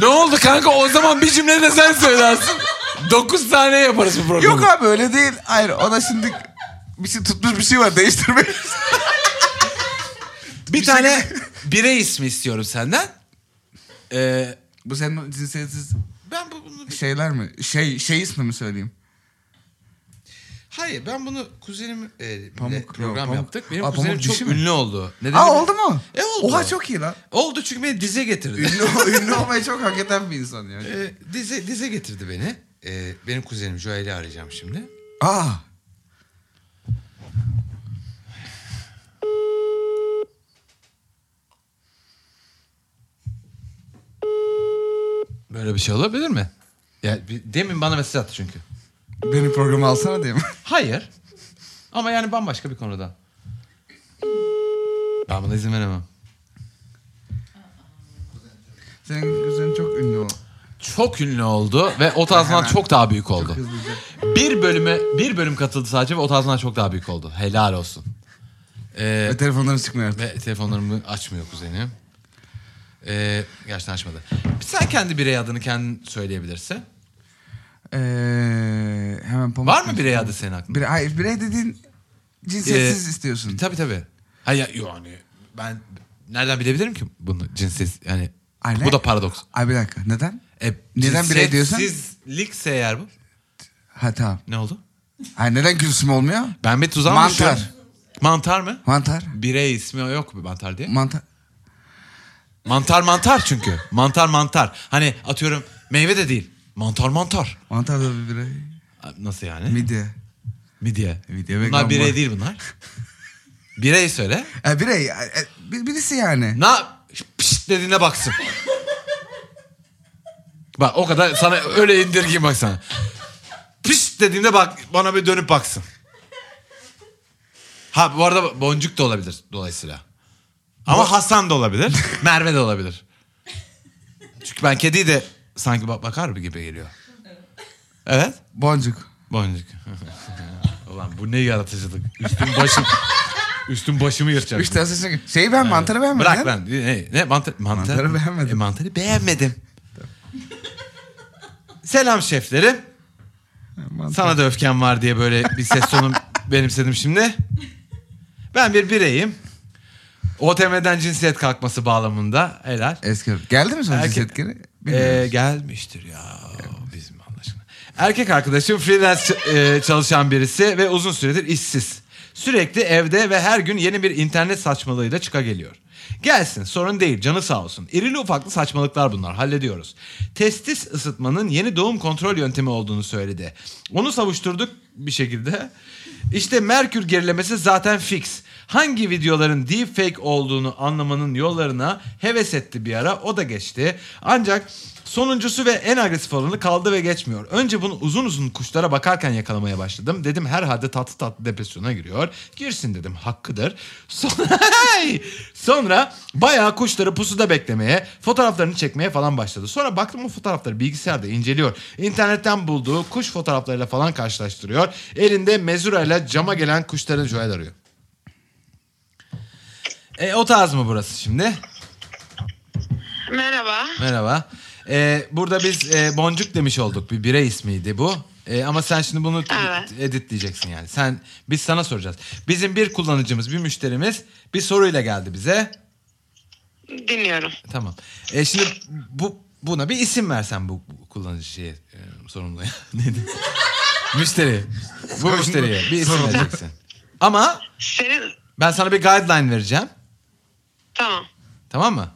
Speaker 2: Ne oldu kanka o zaman bir cümle de sen söylersin. 9 tane yaparız bu programı.
Speaker 3: Yok abi öyle değil. Hayır o da şimdi bir şey tutmuş bir şey var değiştirmeyiz.
Speaker 2: bir tane birey ismi istiyorum senden. Ee,
Speaker 3: bu senin o cinsiyetsiz
Speaker 2: ben bu- bunu...
Speaker 3: şeyler mi? Şey şey ismi mi söyleyeyim?
Speaker 2: Hayır ben bunu kuzenim e,
Speaker 3: Pamuk,
Speaker 2: ile
Speaker 3: yok,
Speaker 2: program
Speaker 3: Pamuk.
Speaker 2: yaptık. Benim
Speaker 3: Aa,
Speaker 2: kuzenim
Speaker 3: Pamuk
Speaker 2: çok
Speaker 3: dişi mi?
Speaker 2: ünlü oldu. Neden?
Speaker 3: Aa oldu mu?
Speaker 2: E, oldu.
Speaker 3: Oha çok iyi lan.
Speaker 2: Oldu çünkü beni dize getirdi.
Speaker 3: Ünlü, ünlü olmayı çok hak eden bir insan ya.
Speaker 2: Ee, dize, dize getirdi beni. Ee, benim kuzenim Joel'i arayacağım şimdi.
Speaker 3: Aa.
Speaker 2: Böyle bir şey olabilir mi? Ya bir- demin bana mesaj attı çünkü.
Speaker 3: Beni programa alsana diye mi?
Speaker 2: Hayır. Ama yani bambaşka bir konuda. Ben buna izin veremem.
Speaker 3: Senin kuzenin çok ünlü o.
Speaker 2: Çok ünlü oldu ve o tarzından çok daha büyük oldu. Bir bölüme bir bölüm katıldı sadece ve o tarzından çok daha büyük oldu. Helal olsun. Ee,
Speaker 3: Ve E, telefonların çıkmıyor artık.
Speaker 2: ve telefonlarımı açmıyor kuzenim. Ee, gerçekten açmadı. Sen kendi birey adını kendin söyleyebilirsin.
Speaker 3: Ee, hemen pamuk.
Speaker 2: Var mı birey adı senin aklında?
Speaker 3: Bire, hayır birey dediğin şey cinsiyetsiz
Speaker 2: Ee,
Speaker 3: istiyorsun.
Speaker 2: Tabii tabii. Hayır yani hani ben nereden bilebilirim ki bunu cinsiz yani
Speaker 3: Aynen.
Speaker 2: bu da paradoks.
Speaker 3: Ay bir dakika neden?
Speaker 2: E,
Speaker 3: Neden birey diyorsun?
Speaker 2: Cinsiyetsizlikse eğer bu.
Speaker 3: Ha tamam.
Speaker 2: Ne oldu?
Speaker 3: Ha, neden gülsüm olmuyor?
Speaker 2: Ben bir tuzağa mı
Speaker 3: Mantar.
Speaker 2: düşüyorum? Mantar mı?
Speaker 3: Mantar.
Speaker 2: Birey ismi yok mu mantar diye?
Speaker 3: Mantar.
Speaker 2: Mantar mantar çünkü. Mantar mantar. Hani atıyorum meyve de değil. Mantar mantar.
Speaker 3: Mantar da bir birey.
Speaker 2: Nasıl yani?
Speaker 3: Midye.
Speaker 2: Midye.
Speaker 3: Midye vegan
Speaker 2: bunlar birey
Speaker 3: var.
Speaker 2: değil bunlar. birey söyle.
Speaker 3: Ha, birey. ha, e, bir- birisi yani.
Speaker 2: Na pişt dediğine baksın. bak o kadar sana öyle indirgeyim bak sana. Pişt dediğinde bak bana bir dönüp baksın. Ha bu arada boncuk da olabilir dolayısıyla. Ama Hasan da olabilir. Merve de olabilir. Çünkü ben kediyi de sanki bak bakar gibi geliyor. Evet.
Speaker 3: Boncuk.
Speaker 2: Boncuk. Ulan bu ne yaratıcılık. Üstüm başım. Üstüm başımı yırtacak.
Speaker 3: Üç tane seçenek. Şeyi ben mantarı beğenmedim.
Speaker 2: Bırak ben. Ne? ne mantar, mantar-
Speaker 3: Mantarı beğenmedim.
Speaker 2: E, mantarı beğenmedim. Selam şeflerim.
Speaker 3: Mantar.
Speaker 2: Sana da öfkem var diye böyle bir ses tonu benimsedim şimdi. Ben bir bireyim. OTM'den cinsiyet kalkması bağlamında helal.
Speaker 3: Eski. Geldi mi sonuç
Speaker 2: Erkek-
Speaker 3: cinsiyet geri?
Speaker 2: Ee, gelmiştir ya. Bizim Allah aşkına. Erkek arkadaşım freelance ç- e, çalışan birisi ve uzun süredir işsiz. Sürekli evde ve her gün yeni bir internet saçmalığıyla çıka geliyor. Gelsin sorun değil canı sağ olsun. İrili ufaklı saçmalıklar bunlar hallediyoruz. Testis ısıtmanın yeni doğum kontrol yöntemi olduğunu söyledi. Onu savuşturduk bir şekilde. İşte Merkür gerilemesi zaten fix. Hangi videoların deepfake olduğunu anlamanın yollarına heves etti bir ara o da geçti. Ancak sonuncusu ve en agresif olanı kaldı ve geçmiyor. Önce bunu uzun uzun kuşlara bakarken yakalamaya başladım. Dedim herhalde tatlı tatlı depresyona giriyor. Girsin dedim hakkıdır. Sonra, Sonra bayağı kuşları pusuda beklemeye, fotoğraflarını çekmeye falan başladı. Sonra baktım o fotoğrafları bilgisayarda inceliyor. İnternetten bulduğu kuş fotoğraflarıyla falan karşılaştırıyor. Elinde mezurayla cama gelen kuşların joel arıyor. E, o tarz mı burası şimdi?
Speaker 4: Merhaba.
Speaker 2: Merhaba. Ee, burada biz e, boncuk demiş olduk. Bir birey ismiydi bu. Ee, ama sen şimdi bunu t-
Speaker 4: Evet.
Speaker 2: editleyeceksin yani. Sen biz sana soracağız. Bizim bir kullanıcımız, bir müşterimiz bir soruyla geldi bize.
Speaker 4: Dinliyorum.
Speaker 2: Tamam. E, şimdi bu buna bir isim versen bu bu kullanıcı şeye e, sorumluya. Neydi? Müşteri. Bu müşteriye bir isim vereceksin. Ama
Speaker 4: Senin
Speaker 2: ben sana bir guideline vereceğim.
Speaker 4: tamam.
Speaker 2: Tamam mı?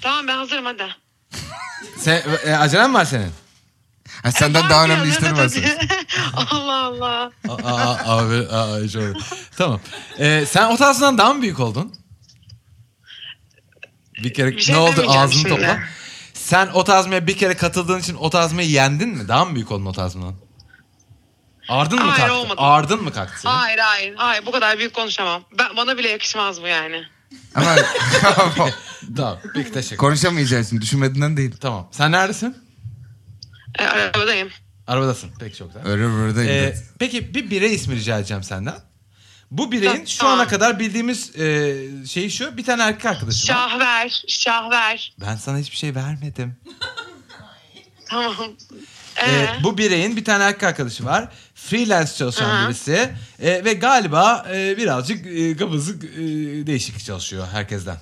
Speaker 4: Tamam ben hazırım hadi.
Speaker 2: Sen, e, acelen var senin.
Speaker 3: Ha, senden daha önemli işlerim var. senin.
Speaker 4: Allah Allah.
Speaker 2: Aa, aa, abi, aa, hiç olmadı. Tamam. Ee, sen o tarzından daha mı büyük oldun? Bir kere
Speaker 4: Bir şey
Speaker 2: ne oldu
Speaker 4: demeyeceğim
Speaker 2: ağzını
Speaker 4: şimdi.
Speaker 2: topla. Sen o tazmaya bir kere katıldığın için o tazmayı yendin mi? Daha mı büyük oldun o tazmadan? Ardın mı
Speaker 4: Hayır,
Speaker 2: kalktı?
Speaker 4: olmadı.
Speaker 2: Ardın mı kalktı? senin?
Speaker 4: Hayır hayır hayır bu kadar büyük konuşamam. Ben, bana bile yakışmaz bu yani.
Speaker 3: Ama
Speaker 2: Tamam. Peki teşekkür
Speaker 3: konuşamayacaksın. Düşünmediğinden değil.
Speaker 2: Tamam. Sen neredesin?
Speaker 4: E, arabadayım.
Speaker 2: Arabadasın. Peki çok güzel.
Speaker 3: Öyle buradayım.
Speaker 2: Ee, peki bir birey ismi rica edeceğim senden. Bu bireyin şu
Speaker 4: Tamam.
Speaker 2: ana kadar bildiğimiz e, şey şu. Bir tane erkek arkadaşım var.
Speaker 4: Şahver. Şahver.
Speaker 2: Ben sana hiçbir şey vermedim.
Speaker 4: Tamam. Ee,
Speaker 2: Ee, bu bireyin bir tane erkek arkadaşı var. Freelance çalışan
Speaker 4: Aha.
Speaker 2: birisi. Ee, ve galiba e, birazcık e, kafası e, değişik çalışıyor herkesten.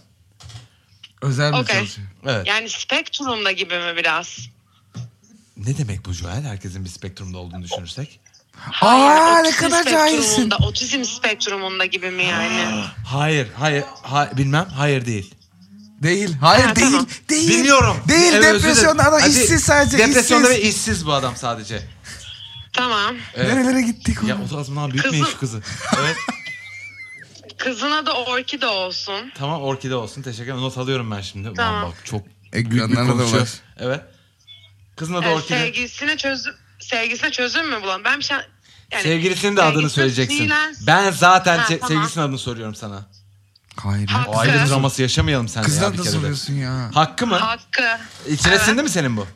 Speaker 3: Özel bir
Speaker 4: Okey.
Speaker 3: çalışıyor.
Speaker 2: Evet.
Speaker 4: Yani spektrumda gibi mi biraz?
Speaker 2: Ne demek bu Joel? Herkesin bir spektrumda olduğunu düşünürsek.
Speaker 3: Aa,
Speaker 4: Hayır,
Speaker 3: ne
Speaker 4: otizm
Speaker 3: kadar cahilsin.
Speaker 4: spektrumunda, Otizm spektrumunda gibi mi yani?
Speaker 2: Hayır, hayır, ha- bilmem. Hayır değil.
Speaker 3: Değil. Hayır
Speaker 4: Ha,
Speaker 3: değil.
Speaker 4: tamam.
Speaker 3: Değil.
Speaker 2: Bilmiyorum.
Speaker 3: Değil.
Speaker 2: Evet, özür
Speaker 3: depresyonda
Speaker 2: dilerim.
Speaker 3: adam
Speaker 2: Hadi,
Speaker 3: işsiz sadece.
Speaker 2: Depresyonda
Speaker 3: işsiz.
Speaker 2: ve işsiz bu adam sadece.
Speaker 4: Tamam.
Speaker 2: Evet.
Speaker 3: Nerelere gittik?
Speaker 2: Ya o zaman büyütmeyin
Speaker 4: Kızı-
Speaker 2: şu kızı. Evet.
Speaker 4: Kızına da orkide olsun.
Speaker 2: tamam orkide olsun. Teşekkür ederim. Not alıyorum ben şimdi. Ulan
Speaker 4: Tamam.
Speaker 2: bak çok büyük bir
Speaker 3: Ekranlarına da
Speaker 2: konuşuyor.
Speaker 3: var.
Speaker 2: Evet. Kızına da
Speaker 4: Ee,
Speaker 2: orkide.
Speaker 4: sevgilisine çözüm sevgilisine çözüm mü bulan? Ben bir şey yani
Speaker 2: Sevgilisinin de adını
Speaker 4: sevgilisi
Speaker 2: söyleyeceksin.
Speaker 4: freelance-
Speaker 2: Ben zaten
Speaker 4: Ha,
Speaker 2: se-
Speaker 4: tamam.
Speaker 2: sevgilisinin adını soruyorum sana.
Speaker 3: Hayır.
Speaker 4: Ha,
Speaker 2: O aile
Speaker 4: Güzel.
Speaker 2: draması yaşamayalım sen de ya
Speaker 3: Kızdan
Speaker 2: bir
Speaker 3: da
Speaker 2: kere de.
Speaker 3: soruyorsun ya.
Speaker 2: Hakkı mı?
Speaker 4: Hakkı.
Speaker 2: İçine
Speaker 4: Evet.
Speaker 2: sindi mi senin bu?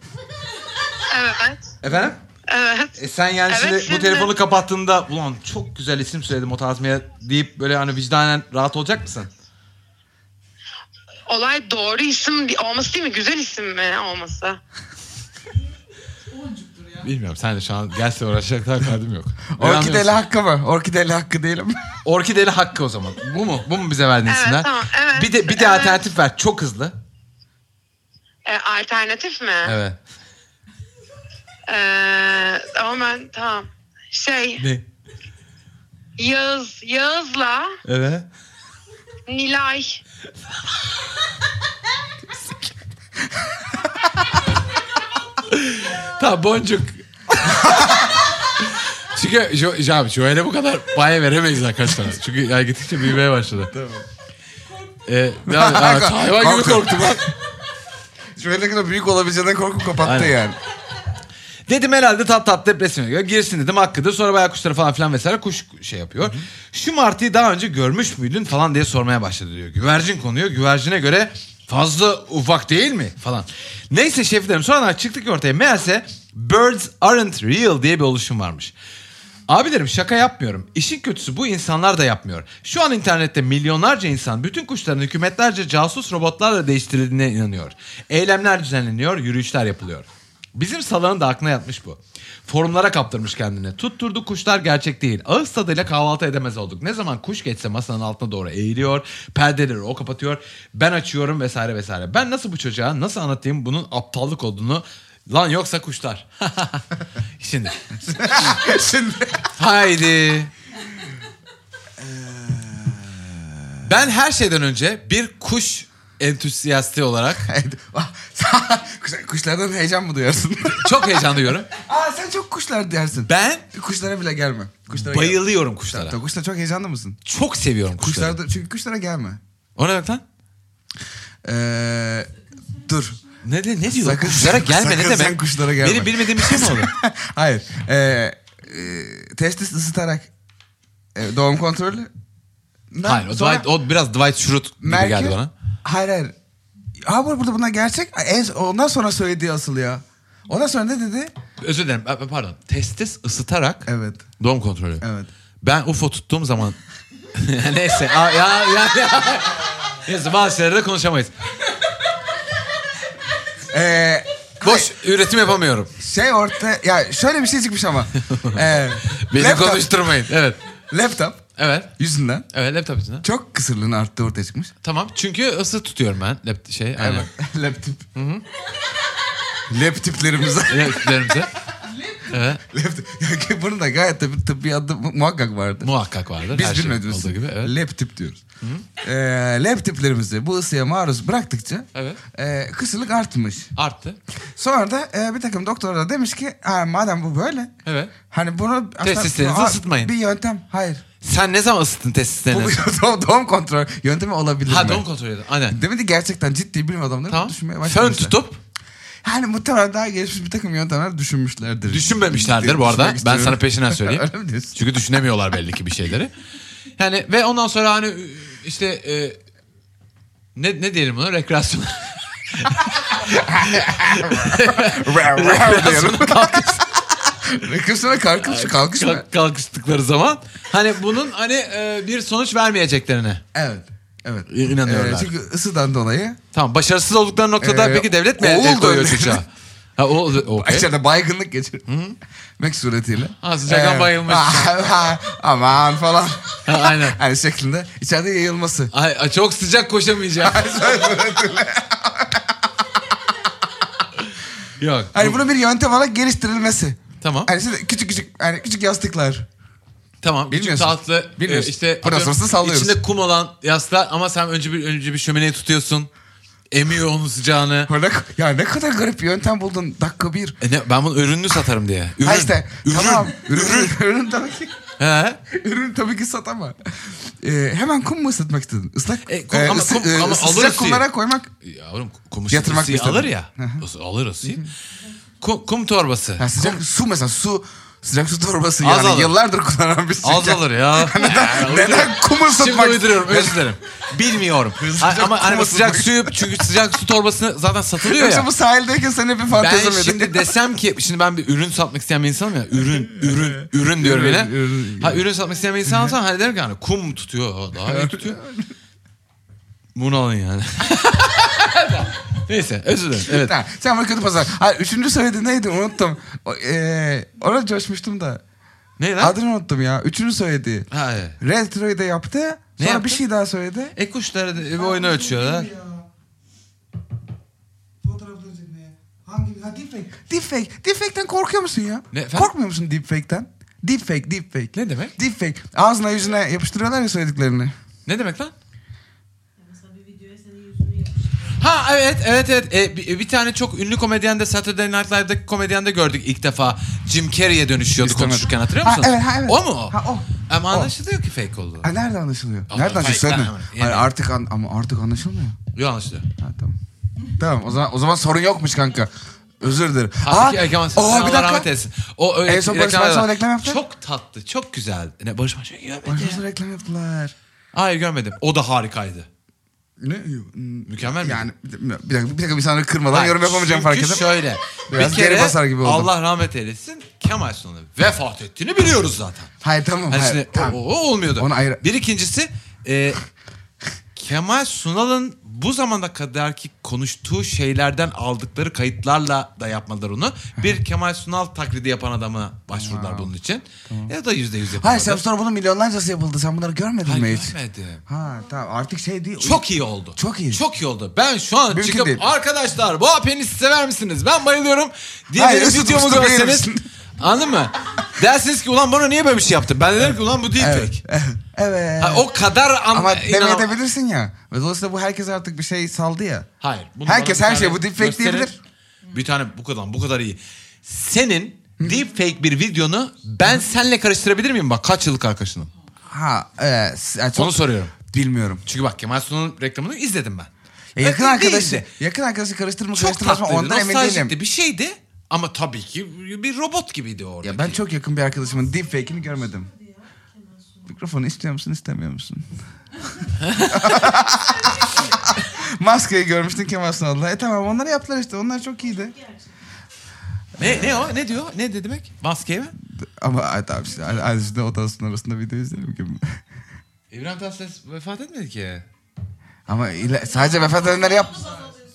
Speaker 4: Evet.
Speaker 2: Efendim?
Speaker 4: Evet.
Speaker 2: E sen yani
Speaker 4: Evet,
Speaker 2: şimdi bu
Speaker 4: sindi.
Speaker 2: telefonu kapattığında ulan çok güzel isim söyledim o tazmiye deyip böyle hani vicdanen rahat olacak mısın?
Speaker 4: Olay doğru isim di- olması değil mi? Güzel isim mi olması?
Speaker 2: Bilmiyorum sen de şu an gelse uğraşacaklar derdim yok.
Speaker 3: Orkideli hakkı mı? Orkideli hakkı değilim.
Speaker 2: Orkideli Hakkı o zaman. Bu mu? Bu mu bize verdiğin
Speaker 4: Evet,
Speaker 2: isimler?
Speaker 4: tamam, evet,
Speaker 2: bir de bir de
Speaker 4: evet.
Speaker 2: alternatif ver çok hızlı.
Speaker 4: Ee, alternatif mi?
Speaker 2: Evet.
Speaker 4: Ee, ama E, ben tamam. Şey
Speaker 2: Ne?
Speaker 4: Yağız, Yağız'la
Speaker 2: Evet.
Speaker 4: Nilay.
Speaker 2: Tamam boncuk. Çünkü şu, şu abi şöyle bu kadar paya veremeyiz arkadaşlar. Çünkü yani gittikçe büyümeye başladı. Tamam. Ee, devam- Aa, hayvan gibi
Speaker 3: Korktum.
Speaker 2: korktum lan.
Speaker 3: Şöyle ne kadar büyük olabileceğinden korkup kapattı
Speaker 2: Aynen.
Speaker 3: yani.
Speaker 2: Dedim herhalde tat tat depresyona göre girsin dedim hakkıdır. Sonra bayağı kuşları falan filan vesaire kuş şey yapıyor. Şu martıyı daha önce görmüş müydün falan diye sormaya başladı diyor. Güvercin konuyor. Güvercine göre fazla ufak değil mi falan. Neyse şeflerim sonra çıktık ortaya. Meğerse birds aren't real diye bir oluşum varmış. Abilerim şaka yapmıyorum. İşin kötüsü bu insanlar da yapmıyor. Şu an internette milyonlarca insan bütün kuşların hükümetlerce casus robotlarla değiştirildiğine inanıyor. Eylemler düzenleniyor, yürüyüşler yapılıyor. Bizim salağın da aklına yatmış bu. Forumlara kaptırmış kendini. Tutturdu kuşlar gerçek değil. Ağız tadıyla kahvaltı edemez olduk. Ne zaman kuş geçse masanın altına doğru eğiliyor. Perdeleri o kapatıyor. Ben açıyorum vesaire vesaire. Ben nasıl bu çocuğa nasıl anlatayım bunun aptallık olduğunu Lan yoksa kuşlar. Şimdi
Speaker 3: Şimdi
Speaker 2: Haydi. Ee, ben her şeyden önce bir kuş entüsiasti olarak
Speaker 3: Ah, kuşlardan heyecan mı duyarsın?
Speaker 2: çok heyecan duyuyorum.
Speaker 3: Aa sen çok kuşlar dersin.
Speaker 2: Ben
Speaker 3: Kuşlara bile gelme. Kuşlara gelme.
Speaker 2: bayılıyorum kuşlara.
Speaker 3: Tabii, Kuşlar çok heyecanlı mısın?
Speaker 2: Çok seviyorum kuşları.
Speaker 3: Kuşlarda çünkü kuşlara gelme.
Speaker 2: O ne demek lan?
Speaker 3: Ee, dur.
Speaker 2: Ne, ne, ne diyor?
Speaker 3: Sakın-
Speaker 2: kuşlara gelme ne
Speaker 3: sakın
Speaker 2: demek?
Speaker 3: sen kuşlara gelme.
Speaker 2: Benim bilmediğim bir şey mi oldu?
Speaker 3: Hayır. Ee, e, testis ısıtarak e, doğum kontrolü. Ben
Speaker 2: Hayır o,
Speaker 3: sonra
Speaker 2: Dwight, o biraz Dwight Schrute gibi
Speaker 3: Merkür-
Speaker 2: geldi bana.
Speaker 3: Hayır hayır. Ha bu- burada bunlar gerçek. En, ondan sonra söylediği asıl ya. Ondan sonra ne dedi?
Speaker 2: Özür dilerim pa- pardon. Testis ısıtarak
Speaker 3: Evet.
Speaker 2: doğum kontrolü.
Speaker 3: Evet.
Speaker 2: Ben UFO tuttuğum zaman neyse a- ya ya ya. Neyse bazı şeyleri de konuşamayız.
Speaker 3: Ee,
Speaker 2: Boş üretim yapamıyorum.
Speaker 3: şey orta ya şöyle bir şey çıkmış ama. Ee,
Speaker 2: Beni
Speaker 3: laptop,
Speaker 2: konuşturmayın. Evet.
Speaker 3: laptop
Speaker 2: Evet.
Speaker 3: yüzünden
Speaker 2: Evet laptop yüzünden.
Speaker 3: çok kısırlığın arttığı ortaya çıkmış.
Speaker 2: Tamam çünkü ısı tutuyorum ben. Lap şey aynen.
Speaker 3: Evet. Laptop. Laptoplarımıza.
Speaker 2: Laptoplarımızı. evet.
Speaker 3: Laptop. Ya bunun da gayet tabii tıbbi adı mu- muhakkak vardı.
Speaker 2: Muhakkak vardır.
Speaker 3: Biz
Speaker 2: her şey
Speaker 3: bilmediğimiz.
Speaker 2: Olduğu gibi. Evet.
Speaker 3: Laptop diyoruz. Ee, laptoplarımızı bu ısıya maruz bıraktıkça
Speaker 2: Evet.
Speaker 3: e, kısırlık artmış.
Speaker 2: Arttı.
Speaker 3: Sonra da e, bir takım doktorlar da demiş ki "Ha, madem bu böyle
Speaker 2: Evet.
Speaker 3: hani bunu aslında-
Speaker 2: Testislerinizi
Speaker 3: Aa,
Speaker 2: ısıtmayın."
Speaker 3: Bir yöntem. Hayır.
Speaker 2: Sen ne zaman ısıttın
Speaker 3: Bu
Speaker 2: testislerini?
Speaker 3: bir doğum, doğum kontrol yöntemi olabilir
Speaker 2: Ha
Speaker 3: mi?
Speaker 2: doğum kontrolü. edin. Aynen.
Speaker 3: Demedi ki gerçekten ciddi bilim adamları
Speaker 2: Tamam.
Speaker 3: düşünmeye
Speaker 2: Fön
Speaker 3: başlamışlar.
Speaker 2: tutup
Speaker 3: Yani muhtemelen daha gelişmiş bir takım yöntemler düşünmüşlerdir.
Speaker 2: düşünmemişlerdir bu
Speaker 3: Diye
Speaker 2: arada.
Speaker 3: düşünmek
Speaker 2: Ben
Speaker 3: istiyorum.
Speaker 2: sana peşinden söyleyeyim.
Speaker 3: Öyle mi diyorsun?
Speaker 2: Çünkü düşünemiyorlar belli ki bir şeyleri. Yani ve ondan sonra hani işte e, ne, ne diyelim buna? Rekreasyon.
Speaker 3: Rav, rav diyorum. Kıpsana kalkış şu kalkış mı?
Speaker 2: Kalk- kalkıştıkları zaman hani bunun hani e, bir sonuç vermeyeceklerine.
Speaker 3: Evet. Evet.
Speaker 2: İ- inanıyorlar.
Speaker 3: Ee, çünkü ısıdan dolayı.
Speaker 2: Tamam başarısız oldukları noktada
Speaker 3: Ee,
Speaker 2: peki devlet mi
Speaker 3: oğul
Speaker 2: el koyuyor
Speaker 3: dönmesi.
Speaker 2: çocuğa? Ha o okey.
Speaker 3: İçeride baygınlık geçir. Mek suretiyle.
Speaker 2: E? Ha, sıcaktan bayılmış.
Speaker 3: Aman falan.
Speaker 2: Ha, aynen.
Speaker 3: Yani şeklinde. içeride yayılması.
Speaker 2: Ay, ay, çok sıcak koşamayacağım. Yok.
Speaker 3: Hani bunun bir yöntem olarak geliştirilmesi.
Speaker 2: Tamam.
Speaker 3: Hani siz küçük küçük hani küçük yastıklar.
Speaker 2: Tamam. Küçük
Speaker 3: Bilmiyorsun.
Speaker 2: tatlı.
Speaker 3: Bilmiyorsun.
Speaker 2: e, işte
Speaker 3: Ondan sonrasını sallıyoruz.
Speaker 2: İçinde kum olan yaslar ama sen önce bir önce bir şömineyi tutuyorsun. Emiyor onun sıcağını.
Speaker 3: Böyle- Ya ne kadar garip bir yöntem buldun. Dakika bir.
Speaker 2: E ne, ben bunun ürününü satarım diye. Ürün.
Speaker 3: Ha işte
Speaker 2: Ürün.
Speaker 3: tamam. Ürün, ürün tabii ki.
Speaker 2: He.
Speaker 3: Ürün tabii ki sat ama. Ee, hemen kum mu ısıtmak istedin? Islak
Speaker 2: E, kum- ama kum- ama alır
Speaker 3: sıcak
Speaker 2: ısıyı.
Speaker 3: kumlara koymak.
Speaker 2: Yavrum kumu
Speaker 3: Yatırmak
Speaker 2: Yatırmak
Speaker 3: istedim.
Speaker 2: alır ya. Alır ısıyı. Kum, kum torbası.
Speaker 3: Ha, sıcak su mesela su sıcak su torbası
Speaker 2: Az
Speaker 3: yani
Speaker 2: alır.
Speaker 3: yıllardır kullanan bir şey.
Speaker 2: Az alır ya. Ya, uyduruyorum.
Speaker 3: neden kum
Speaker 2: Şimdi
Speaker 3: ısıtmak-
Speaker 2: uyduruyorum özür dilerim. Bilmiyorum. Ha, ama
Speaker 3: kum
Speaker 2: hani bu sıcak
Speaker 3: ısıtmak-
Speaker 2: suyu çünkü sıcak su torbasını zaten satılıyor
Speaker 3: Yoksa
Speaker 2: ya.
Speaker 3: bu sahildeyken senin hep bir fantezi
Speaker 2: Ben
Speaker 3: miydi?
Speaker 2: şimdi desem ki şimdi ben bir ürün satmak isteyen bir insanım ya. Ürün, ürün, ürün diyorum
Speaker 3: Ürün,
Speaker 2: yine.
Speaker 3: ürün.
Speaker 2: Ha ürün satmak isteyen bir insan olsam hani derim ki hani kum tutuyor o daha iyi tutuyor. Bunu alın yani. Neyse özür dilerim. Evet.
Speaker 3: Ha, sen bunu kötü pazar. Ha, üçüncü söyledi neydi unuttum. O, ee, ona coşmuştum da.
Speaker 2: Ne lan?
Speaker 3: Adını unuttum ya. Üçüncü söyledi.
Speaker 2: Ha, evet.
Speaker 3: Retro'yu da yaptı.
Speaker 2: Ne
Speaker 3: Sonra
Speaker 2: yaptı?
Speaker 3: bir şey daha söyledi.
Speaker 2: E kuşları da- bir oyunu ölçüyorlar.
Speaker 5: Fotoğrafları çekmeye. Hangi? Ha deepfake.
Speaker 3: Deepfake. Deepfake'ten korkuyor musun ya?
Speaker 2: Ne efendim?
Speaker 3: Korkmuyor musun deepfake'ten? Deepfake, deepfake.
Speaker 2: Ne demek?
Speaker 3: Deepfake. Ağzına yüzüne yapıştırıyorlar ya söylediklerini.
Speaker 2: Ne demek lan?
Speaker 5: Mesela bir videoya senin yüzünü yapıştır.
Speaker 2: Ha evet evet evet E, bir, bir tane çok ünlü komedyen de Saturday Night Live'daki komedyen de gördük ilk defa Jim Carrey'e dönüşüyordu
Speaker 3: İstemez.
Speaker 2: konuşurken hatırlıyor
Speaker 3: Ha,
Speaker 2: musunuz?
Speaker 3: evet, ha, evet.
Speaker 2: O mu o?
Speaker 3: Ha, o.
Speaker 2: Ama
Speaker 3: O.
Speaker 2: anlaşılıyor ki fake olduğu.
Speaker 3: Ha, nerede anlaşılıyor?
Speaker 2: Ama
Speaker 3: Nerede anlaşılıyor?
Speaker 2: fake, ha,
Speaker 3: Söyledin.
Speaker 2: yani.
Speaker 3: Hayır, artık an- ama artık anlaşılmıyor.
Speaker 2: Yok anlaşılıyor.
Speaker 3: Ha tamam. Tamam o zaman o zaman sorun yokmuş kanka. Özür dilerim.
Speaker 2: Halbuki Egemen Sezen
Speaker 3: Aa,
Speaker 2: Allah rahmet etsin. O öyle
Speaker 3: En son Barış
Speaker 2: reklamlarda-
Speaker 3: Manço'na reklam yaptı.
Speaker 2: Çok tatlı, çok güzel. Ne Barış Manço'yu görmedim.
Speaker 3: Başımıza reklam yaptılar.
Speaker 2: Hayır görmedim. O da harikaydı.
Speaker 3: Ne?
Speaker 2: Mükemmel mi?
Speaker 3: Yani bir dakika bir dakika bir saniye kırmadan
Speaker 2: Ha,
Speaker 3: yorum yapamayacağım
Speaker 2: çünkü
Speaker 3: fark ettim.
Speaker 2: şöyle.
Speaker 3: Biraz
Speaker 2: bir kere
Speaker 3: geri basar gibi oldum.
Speaker 2: Allah rahmet eylesin. Kemal Sunal'ın vefat ettiğini biliyoruz zaten.
Speaker 3: Hayır tamam.
Speaker 2: Hani
Speaker 3: hayır,
Speaker 2: şimdi
Speaker 3: tamam.
Speaker 2: o, o olmuyordu.
Speaker 3: Onu ayrı-
Speaker 2: Bir ikincisi e, Kemal Sunal'ın bu zamana kadar ki konuştuğu şeylerden aldıkları kayıtlarla da yapmadılar onu. Bir Kemal Sunal taklidi yapan adama başvurdular bunun için. Ya da yüzde yüz yapamadı.
Speaker 3: Hayır sen sonra bunun milyonlarcası yapıldı. Sen bunları görmedin
Speaker 2: Hayır,
Speaker 3: mi hiç?
Speaker 2: görmedim.
Speaker 3: Ha tamam artık şey değil.
Speaker 2: Çok iyi oldu.
Speaker 3: Çok iyi.
Speaker 2: Çok iyi oldu. Ben şu an
Speaker 3: Mümkün
Speaker 2: çıkıp
Speaker 3: değil.
Speaker 2: arkadaşlar bu penisi sever misiniz? Ben bayılıyorum diye
Speaker 3: Hayır,
Speaker 2: bir
Speaker 3: üstü
Speaker 2: videomu
Speaker 3: üstü
Speaker 2: görseniz.
Speaker 3: beğenirsin.
Speaker 2: Anladın mı? Dersiniz ki ulan bana niye böyle bir şey yaptı? Ben de derim ki ulan bu değil
Speaker 3: Evet.
Speaker 2: fake.
Speaker 3: evet.
Speaker 2: Ha, o kadar an...
Speaker 3: Ama
Speaker 2: inan-
Speaker 3: demeyebilirsin ya. Ve dolayısıyla bu herkes artık bir şey saldı ya.
Speaker 2: Hayır. bunu
Speaker 3: Herkes
Speaker 2: bana bir
Speaker 3: her şey
Speaker 2: tane
Speaker 3: bu deepfake
Speaker 2: gösterir.
Speaker 3: diyebilir.
Speaker 2: Bir tane bu kadar bu kadar iyi. Senin deepfake bir videonu ben senle karıştırabilir miyim? Bak kaç yıllık arkadaşınım.
Speaker 3: Ha evet. S- yani çok-
Speaker 2: Onu soruyorum.
Speaker 3: Bilmiyorum.
Speaker 2: Çünkü bak Kemal Sunal'ın reklamını izledim ben.
Speaker 3: Ya E, yakın
Speaker 2: Değil
Speaker 3: arkadaşı.
Speaker 2: de.
Speaker 3: Yakın arkadaşı karıştırma
Speaker 2: Çok
Speaker 3: karıştırmaz mı?
Speaker 2: tatlıydı.
Speaker 3: Ondan emin değilim.
Speaker 2: Nostaljikti bir şeydi. Ama tabii ki bir robot gibiydi orada.
Speaker 3: Ya ben çok yakın bir arkadaşımın deepfake'ini görmedim. Mikrofonu istiyor musun istemiyor musun? Maskeyi görmüştün Kemal Sunal'la. E tamam onları yaptılar işte. Onlar çok iyiydi.
Speaker 2: Ne, ne o? Ne diyor? Ne de demek? Maske mi?
Speaker 3: Ama ay, tamam işte ay- aynı şekilde odasının arasında video izlerim gibi.
Speaker 2: İbrahim Tatlıses vefat etmedi ki.
Speaker 3: Ama ila- sadece vefat edenleri yap.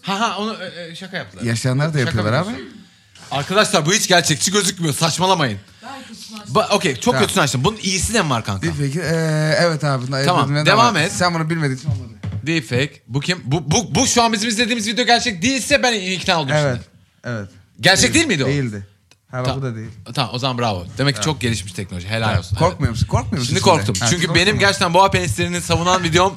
Speaker 2: Ha ha onu e, e, şaka yaptılar.
Speaker 3: Yaşayanlar da
Speaker 2: Şaka
Speaker 3: yapıyorlar
Speaker 2: mı
Speaker 3: abi.
Speaker 2: Arkadaşlar bu hiç gerçekçi gözükmüyor. Saçmalamayın. Ba- Okey çok
Speaker 3: Tamam.
Speaker 2: kötüsün açtın. Bunun iyisi de mi var kanka?
Speaker 3: Deepfake'i ee, evet abi. ayırt
Speaker 2: Tamam,
Speaker 3: edilmeden
Speaker 2: devam
Speaker 3: var.
Speaker 2: et.
Speaker 3: Sen bunu bilmediğin için olmadı.
Speaker 2: Deepfake. Bu kim? Bu, bu, bu şu an bizim izlediğimiz video gerçek değilse ben ikna oldum
Speaker 3: Evet.
Speaker 2: şimdi.
Speaker 3: Evet.
Speaker 2: Gerçek değil miydi o?
Speaker 3: Değildi. Ha bak
Speaker 2: Ta-
Speaker 3: bu da değil.
Speaker 2: Tamam o zaman bravo. Demek ki çok gelişmiş teknoloji. Helal olsun. Evet.
Speaker 3: Korkmuyor musun? Korkmuyor musun?
Speaker 2: Şimdi korktum.
Speaker 3: Ha,
Speaker 2: Çünkü
Speaker 3: korkma.
Speaker 2: benim gerçekten boğa penislerini savunan videom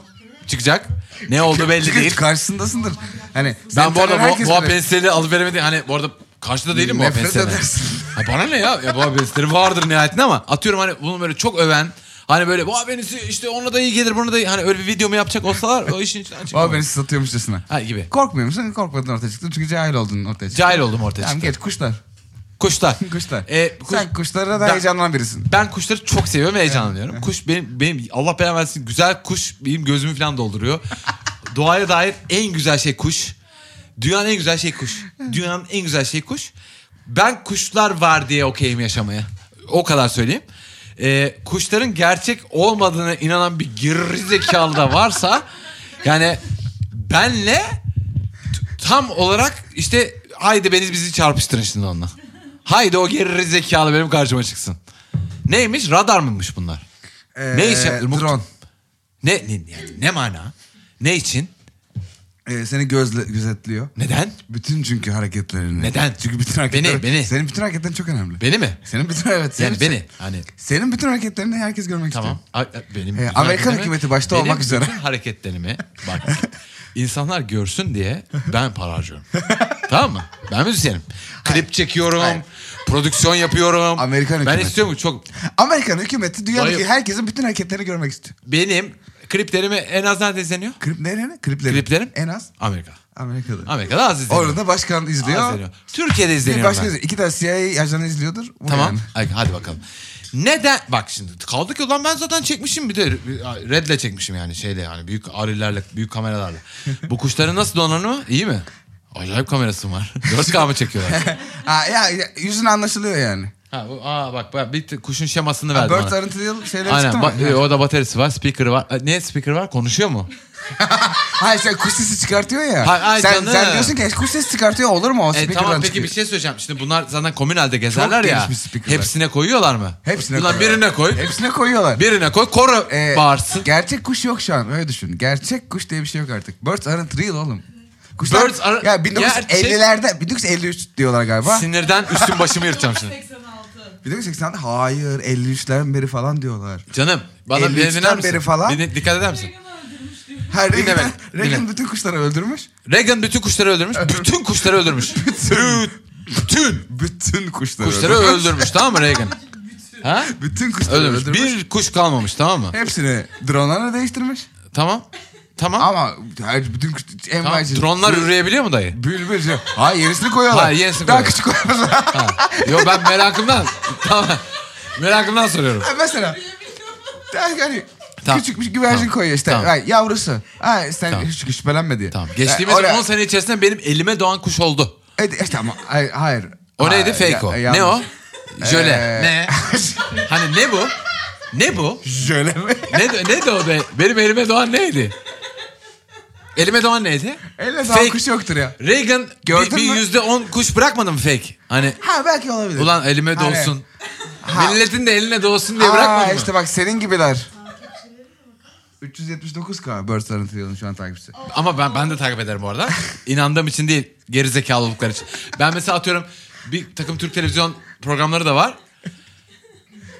Speaker 2: çıkacak. Ne oldu belli
Speaker 3: Çünkü
Speaker 2: değil.
Speaker 3: karşısındasındır. Hani
Speaker 2: Ben
Speaker 3: seni
Speaker 2: bu arada
Speaker 3: tanıyan
Speaker 2: boğa,
Speaker 3: herkes
Speaker 2: boğa
Speaker 3: bilir.
Speaker 2: penisleri alıp veremedim. Hani bu arada karşıda değilim boğa
Speaker 3: Nefret
Speaker 2: penislerine.
Speaker 3: edersin.
Speaker 2: Ha bana ne ya? ya boğa penisleri vardır nihayetinde ama atıyorum hani bunu böyle çok öven Hani böyle boğa penisi işte onunla da iyi gelir buna da iyi. Hani öyle bir videomu yapacak olsalar o işin içinden çıkmam.
Speaker 3: Boğa beni satıyormuşçasına.
Speaker 2: Ha gibi.
Speaker 3: Korkmuyor musun? Korkmadın ortaya çıktın. Çünkü cahil oldun ortaya çıktın.
Speaker 2: Cahil oldum ortaya
Speaker 3: Tamam
Speaker 2: çıktı.
Speaker 3: geç kuşlar.
Speaker 2: Kuşlar.
Speaker 3: Kuşlar.
Speaker 2: Ee, kuş-
Speaker 3: Sen kuşlara da
Speaker 2: Ben-
Speaker 3: heyecanlanan birisin.
Speaker 2: Ben kuşları çok seviyorum ve heyecanlanıyorum. Kuş benim, benim Allah belanı versin güzel kuş benim gözümü falan dolduruyor. Doğaya dair en güzel şey kuş. Dünyanın en güzel şey kuş. Dünyanın en güzel şey kuş. Ben kuşlar var diye okeyim yaşamaya. O kadar söyleyeyim. Ee, kuşların gerçek olmadığına inanan bir geri zekalı da varsa yani benle t- tam olarak işte haydi beniz bizi çarpıştırın şimdi onunla. Haydi o geri zekalı benim karşıma çıksın. Neymiş? Radar mıymış bunlar?
Speaker 3: Ee,
Speaker 2: ne iş yapıyor?
Speaker 3: Drone.
Speaker 2: Ne, ne, yani ne mana? Ne için?
Speaker 3: Ee, seni gözle, gözetliyor.
Speaker 2: Neden?
Speaker 3: Bütün çünkü hareketlerini.
Speaker 2: Neden?
Speaker 3: Çünkü bütün hareketlerin.
Speaker 2: beni.
Speaker 3: Senin bütün hareketlerin çok önemli.
Speaker 2: Beni mi?
Speaker 3: Senin bütün evet. Senin,
Speaker 2: Yani beni. Hani
Speaker 3: Senin bütün hareketlerini herkes görmek
Speaker 2: tamam.
Speaker 3: istiyor.
Speaker 2: A- a- Benim
Speaker 3: Ee,
Speaker 2: bütün
Speaker 3: Amerikan
Speaker 2: hareketlerimi-
Speaker 3: hükümeti başta
Speaker 2: benim
Speaker 3: olmak üzere.
Speaker 2: bütün hareketlerimi bak insanlar görsün diye ben para harcıyorum. tamam mı? Ben müzisyenim. Klip çekiyorum.
Speaker 3: Hayır.
Speaker 2: Prodüksiyon yapıyorum.
Speaker 3: Amerikan
Speaker 2: Ben
Speaker 3: hükümeti.
Speaker 2: istiyorum çok
Speaker 3: Amerikan hükümeti dünyadaki
Speaker 2: Bayıl-
Speaker 3: herkesin bütün hareketlerini görmek istiyor.
Speaker 2: benim kliplerimi en az nerede izleniyor?
Speaker 3: Klip nereye? Kliplerin.
Speaker 2: Kliplerim?
Speaker 3: En az
Speaker 2: Amerika.
Speaker 3: Amerika'da.
Speaker 2: Amerika'da az izleniyor.
Speaker 3: Orada başkan izliyor.
Speaker 2: Az izleniyor. Türkiye'de
Speaker 3: Bir
Speaker 2: izleniyor.
Speaker 3: başka
Speaker 2: ben.
Speaker 3: izliyor. İki tane CIA ajanı izliyordur. Bu
Speaker 2: Tamam.
Speaker 3: yani.
Speaker 2: Ay, Hadi bakalım. Neden? Bak şimdi kaldı ki ulan ben zaten çekmişim bir de redle çekmişim yani şeyle yani büyük arilerle büyük kameralarla. Bu kuşların nasıl donanımı? İyi mi? Acayip kamerası var. 4K mı çekiyorlar?
Speaker 3: Aa, ya, ya, yüzün anlaşılıyor yani.
Speaker 2: ha, bu, aa bak bak, bir t- kuşun şemasını verdi
Speaker 3: Birds
Speaker 2: bana.
Speaker 3: Aren't Real şeyleri
Speaker 2: Aynen.
Speaker 3: çıktı mı?
Speaker 2: ba- e, o da bataryası var, speaker var. E, Ne speaker var? Konuşuyor mu?
Speaker 3: Hayır sen kuş sesi çıkartıyor ya.
Speaker 2: Hay- ay
Speaker 3: sen,
Speaker 2: canım.
Speaker 3: sen diyorsun ki kuş sesi çıkartıyor olur mu? O
Speaker 2: E,
Speaker 3: speaker'dan
Speaker 2: tamam peki
Speaker 3: çıkıyor.
Speaker 2: bir şey söyleyeceğim. Şimdi bunlar zaten komünalde gezerler ya.
Speaker 3: gelişmiş speakerlar.
Speaker 2: Hepsine koyuyorlar mı?
Speaker 3: Hepsine
Speaker 2: Ulan
Speaker 3: koyuyorlar.
Speaker 2: birine koy.
Speaker 3: Hepsine koyuyorlar.
Speaker 2: Birine koy. Koro
Speaker 3: Ee,
Speaker 2: bağırsın.
Speaker 3: Gerçek kuş yok şu an öyle düşün. Gerçek kuş diye bir şey yok artık. Birds aren't real oğlum. Kuşlar,
Speaker 2: Birds are-
Speaker 3: ya 1950'lerde 1953 diyorlar galiba.
Speaker 2: Sinirden üstüm başımı yırtacağım şimdi.
Speaker 5: 86.
Speaker 3: Bir de 80'de hayır 53'ten beri falan diyorlar.
Speaker 2: Canım bana
Speaker 3: 53'ten
Speaker 2: bir dinler misin?
Speaker 3: beri falan.
Speaker 2: Bir, dikkat eder misin?
Speaker 5: Reagan'ı öldürmüş diyor.
Speaker 3: Her
Speaker 2: Dinlemedim,
Speaker 3: Reagan, Reagan
Speaker 2: dinlemedim.
Speaker 3: bütün kuşları öldürmüş.
Speaker 2: Reagan bütün kuşları öldürmüş. Bütün kuşları öldürmüş. bütün. Bütün.
Speaker 3: Bütün kuşları,
Speaker 2: Kuşları
Speaker 3: öldürmüş.
Speaker 2: öldürmüş tamam mı Reagan? ha?
Speaker 3: Bütün kuşları öldürmüş.
Speaker 2: Öldürmüş. Bir kuş kalmamış tamam mı?
Speaker 3: Hepsini dronlarla değiştirmiş.
Speaker 2: Tamam. Tamam.
Speaker 3: Ama her bütün kuş... En
Speaker 2: tamam.
Speaker 3: başta-
Speaker 2: Dronlar üreyebiliyor mu dayı?
Speaker 3: Bülbül. şey- Hayır yenisini koyuyorlar.
Speaker 2: Hayır, yenisini
Speaker 3: Daha
Speaker 2: koyuyorlar.
Speaker 3: küçük koyuyorlar.
Speaker 2: Ha. Yo ben merakımdan. tamam. Merakımdan soruyorum.
Speaker 3: Mesela yani hani
Speaker 2: Tamam.
Speaker 3: küçük bir güvercin
Speaker 2: Tamam.
Speaker 3: koyuyor işte.
Speaker 2: Tamam.
Speaker 3: Ay, yavrusu. Ay, sen
Speaker 2: Tamam.
Speaker 3: hiç şüphelenme diye.
Speaker 2: Tamam. Geçtiğimiz
Speaker 3: Ay, E, oraya-
Speaker 2: 10 sene içerisinde benim elime doğan kuş oldu.
Speaker 3: E, işte ama ay, hayır.
Speaker 2: O
Speaker 3: Ay,
Speaker 2: neydi? Fake
Speaker 3: ya-
Speaker 2: o.
Speaker 3: yanlış.
Speaker 2: Ne o? Jöle.
Speaker 3: Ee,
Speaker 2: Ne? Hani ne bu? Ne bu?
Speaker 3: Jöle mi?
Speaker 2: Ne de- ne de o be? Benim elime doğan neydi? Elime doğan neydi?
Speaker 3: Elle daha
Speaker 2: Fake.
Speaker 3: kuş yoktur ya.
Speaker 2: Reagan bir,
Speaker 3: Gördün
Speaker 2: bir
Speaker 3: mü?
Speaker 2: yüzde on kuş bırakmadı mı fake? Hani
Speaker 3: Ha belki olabilir.
Speaker 2: ulan elime
Speaker 3: Hani-
Speaker 2: doğsun.
Speaker 3: Ha.
Speaker 2: Milletin de eline doğsun diye
Speaker 3: Aa,
Speaker 2: bırakmadı
Speaker 3: işte
Speaker 2: mı?
Speaker 3: bak senin gibiler. 379k Bird Sanat'ı yılın şu an takipçisi.
Speaker 2: Ama ben ben de takip ederim bu arada. İnandığım için değil gerizekalılıklar için. Ben mesela atıyorum bir takım Türk televizyon programları da var.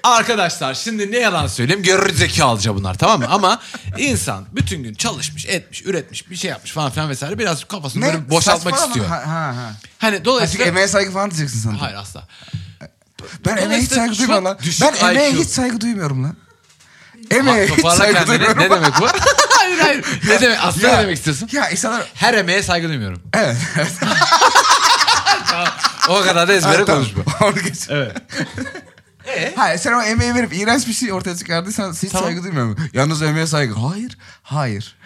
Speaker 2: Arkadaşlar şimdi ne yalan söyleyeyim gerizekalıca bunlar tamam mı? Ama insan bütün gün çalışmış, etmiş, üretmiş, bir şey yapmış falan filan vesaire biraz kafasını böyle boşaltmak
Speaker 3: Saçmalama.
Speaker 2: istiyor.
Speaker 3: Ha, ha, ha.
Speaker 2: Hani
Speaker 3: Çünkü
Speaker 2: dolayısıyla...
Speaker 3: emeğe saygı falan diyeceksin sanırım.
Speaker 2: Hayır asla.
Speaker 3: Ben emeğe hiç
Speaker 2: Dolayısıyla
Speaker 3: saygı
Speaker 2: çok
Speaker 3: duymuyorum lan.
Speaker 2: düşük
Speaker 3: Ben emeğe
Speaker 2: IQ.
Speaker 3: hiç saygı duymuyorum lan. Emeğe hiç
Speaker 2: Toparla
Speaker 3: saygı
Speaker 2: kendini.
Speaker 3: duymuyorum.
Speaker 2: Ne demek bu? hayır hayır. Ne demek? Aslında
Speaker 3: Ya-
Speaker 2: ne demek istiyorsun?
Speaker 3: Ya insanlar...
Speaker 2: Her emeğe saygı duymuyorum.
Speaker 3: Evet.
Speaker 2: O kadar da ezbere konuşma.
Speaker 3: Onu geç.
Speaker 2: Evet.
Speaker 3: Hayır sen o emeği verip iğrenç bir şey ortaya çıkardıysan hiç
Speaker 2: Tamam.
Speaker 3: saygı duymuyorum. Yalnız emeğe saygı. Hayır. Hayır.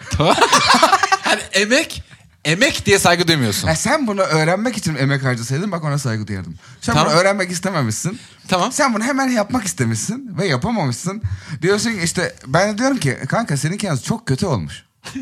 Speaker 2: Hani emek, emek diye saygı duymuyorsun.
Speaker 3: Ya sen bunu öğrenmek için emek harcasaydın bak ona saygı duyardım. Sen
Speaker 2: Tamam.
Speaker 3: bunu öğrenmek istememişsin.
Speaker 2: Tamam.
Speaker 3: Sen bunu hemen yapmak istemişsin ve yapamamışsın. Diyorsun ki işte ben de diyorum ki kanka senin yalnız çok kötü olmuş.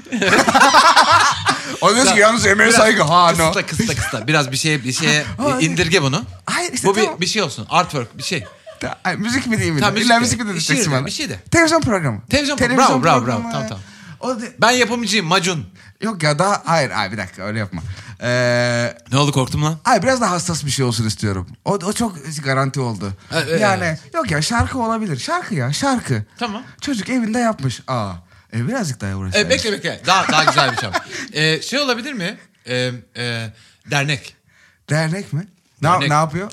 Speaker 3: o diyor ki yalnız emeğe
Speaker 2: Biraz
Speaker 3: saygı. Ha no.
Speaker 2: Kısıtla kısıtla kısıtla. Biraz bir şeye bir şeye
Speaker 3: Hayır.
Speaker 2: indirge bunu.
Speaker 3: Hayır işte
Speaker 2: Bu bir,
Speaker 3: tamam.
Speaker 2: bir şey olsun. Artwork bir şey.
Speaker 3: Ta- ay, müzik mi
Speaker 2: Tamam,
Speaker 3: diyeyim? Tamam,
Speaker 2: müzik
Speaker 3: İlla
Speaker 2: de.
Speaker 3: müzik mi
Speaker 2: Bir şey
Speaker 3: diyeceksin
Speaker 2: de,
Speaker 3: bana?
Speaker 2: bir şey de.
Speaker 3: Televizyon programı.
Speaker 2: Televizyon programı. Bravo, bravo, bravo.
Speaker 3: programı.
Speaker 2: Tamam,
Speaker 3: O da-
Speaker 2: Ben yapımcıyım Macun.
Speaker 3: Yok ya daha hayır ay bir dakika öyle yapma. Ee,
Speaker 2: Ne oldu korktum lan?
Speaker 3: Ay biraz daha hassas bir şey olsun istiyorum. O, o çok garanti oldu.
Speaker 2: E- e-
Speaker 3: yani
Speaker 2: evet.
Speaker 3: yok ya şarkı olabilir. Şarkı ya şarkı.
Speaker 2: Tamam.
Speaker 3: Çocuk evinde yapmış. Aa. E birazcık daha uğraşsaydı.
Speaker 2: E, bekle bekle. Daha daha güzel bir şey. yap. E, şey olabilir mi? E, e, dernek.
Speaker 3: Dernek mi? Ne,
Speaker 2: Dernek.
Speaker 3: ne yapıyor?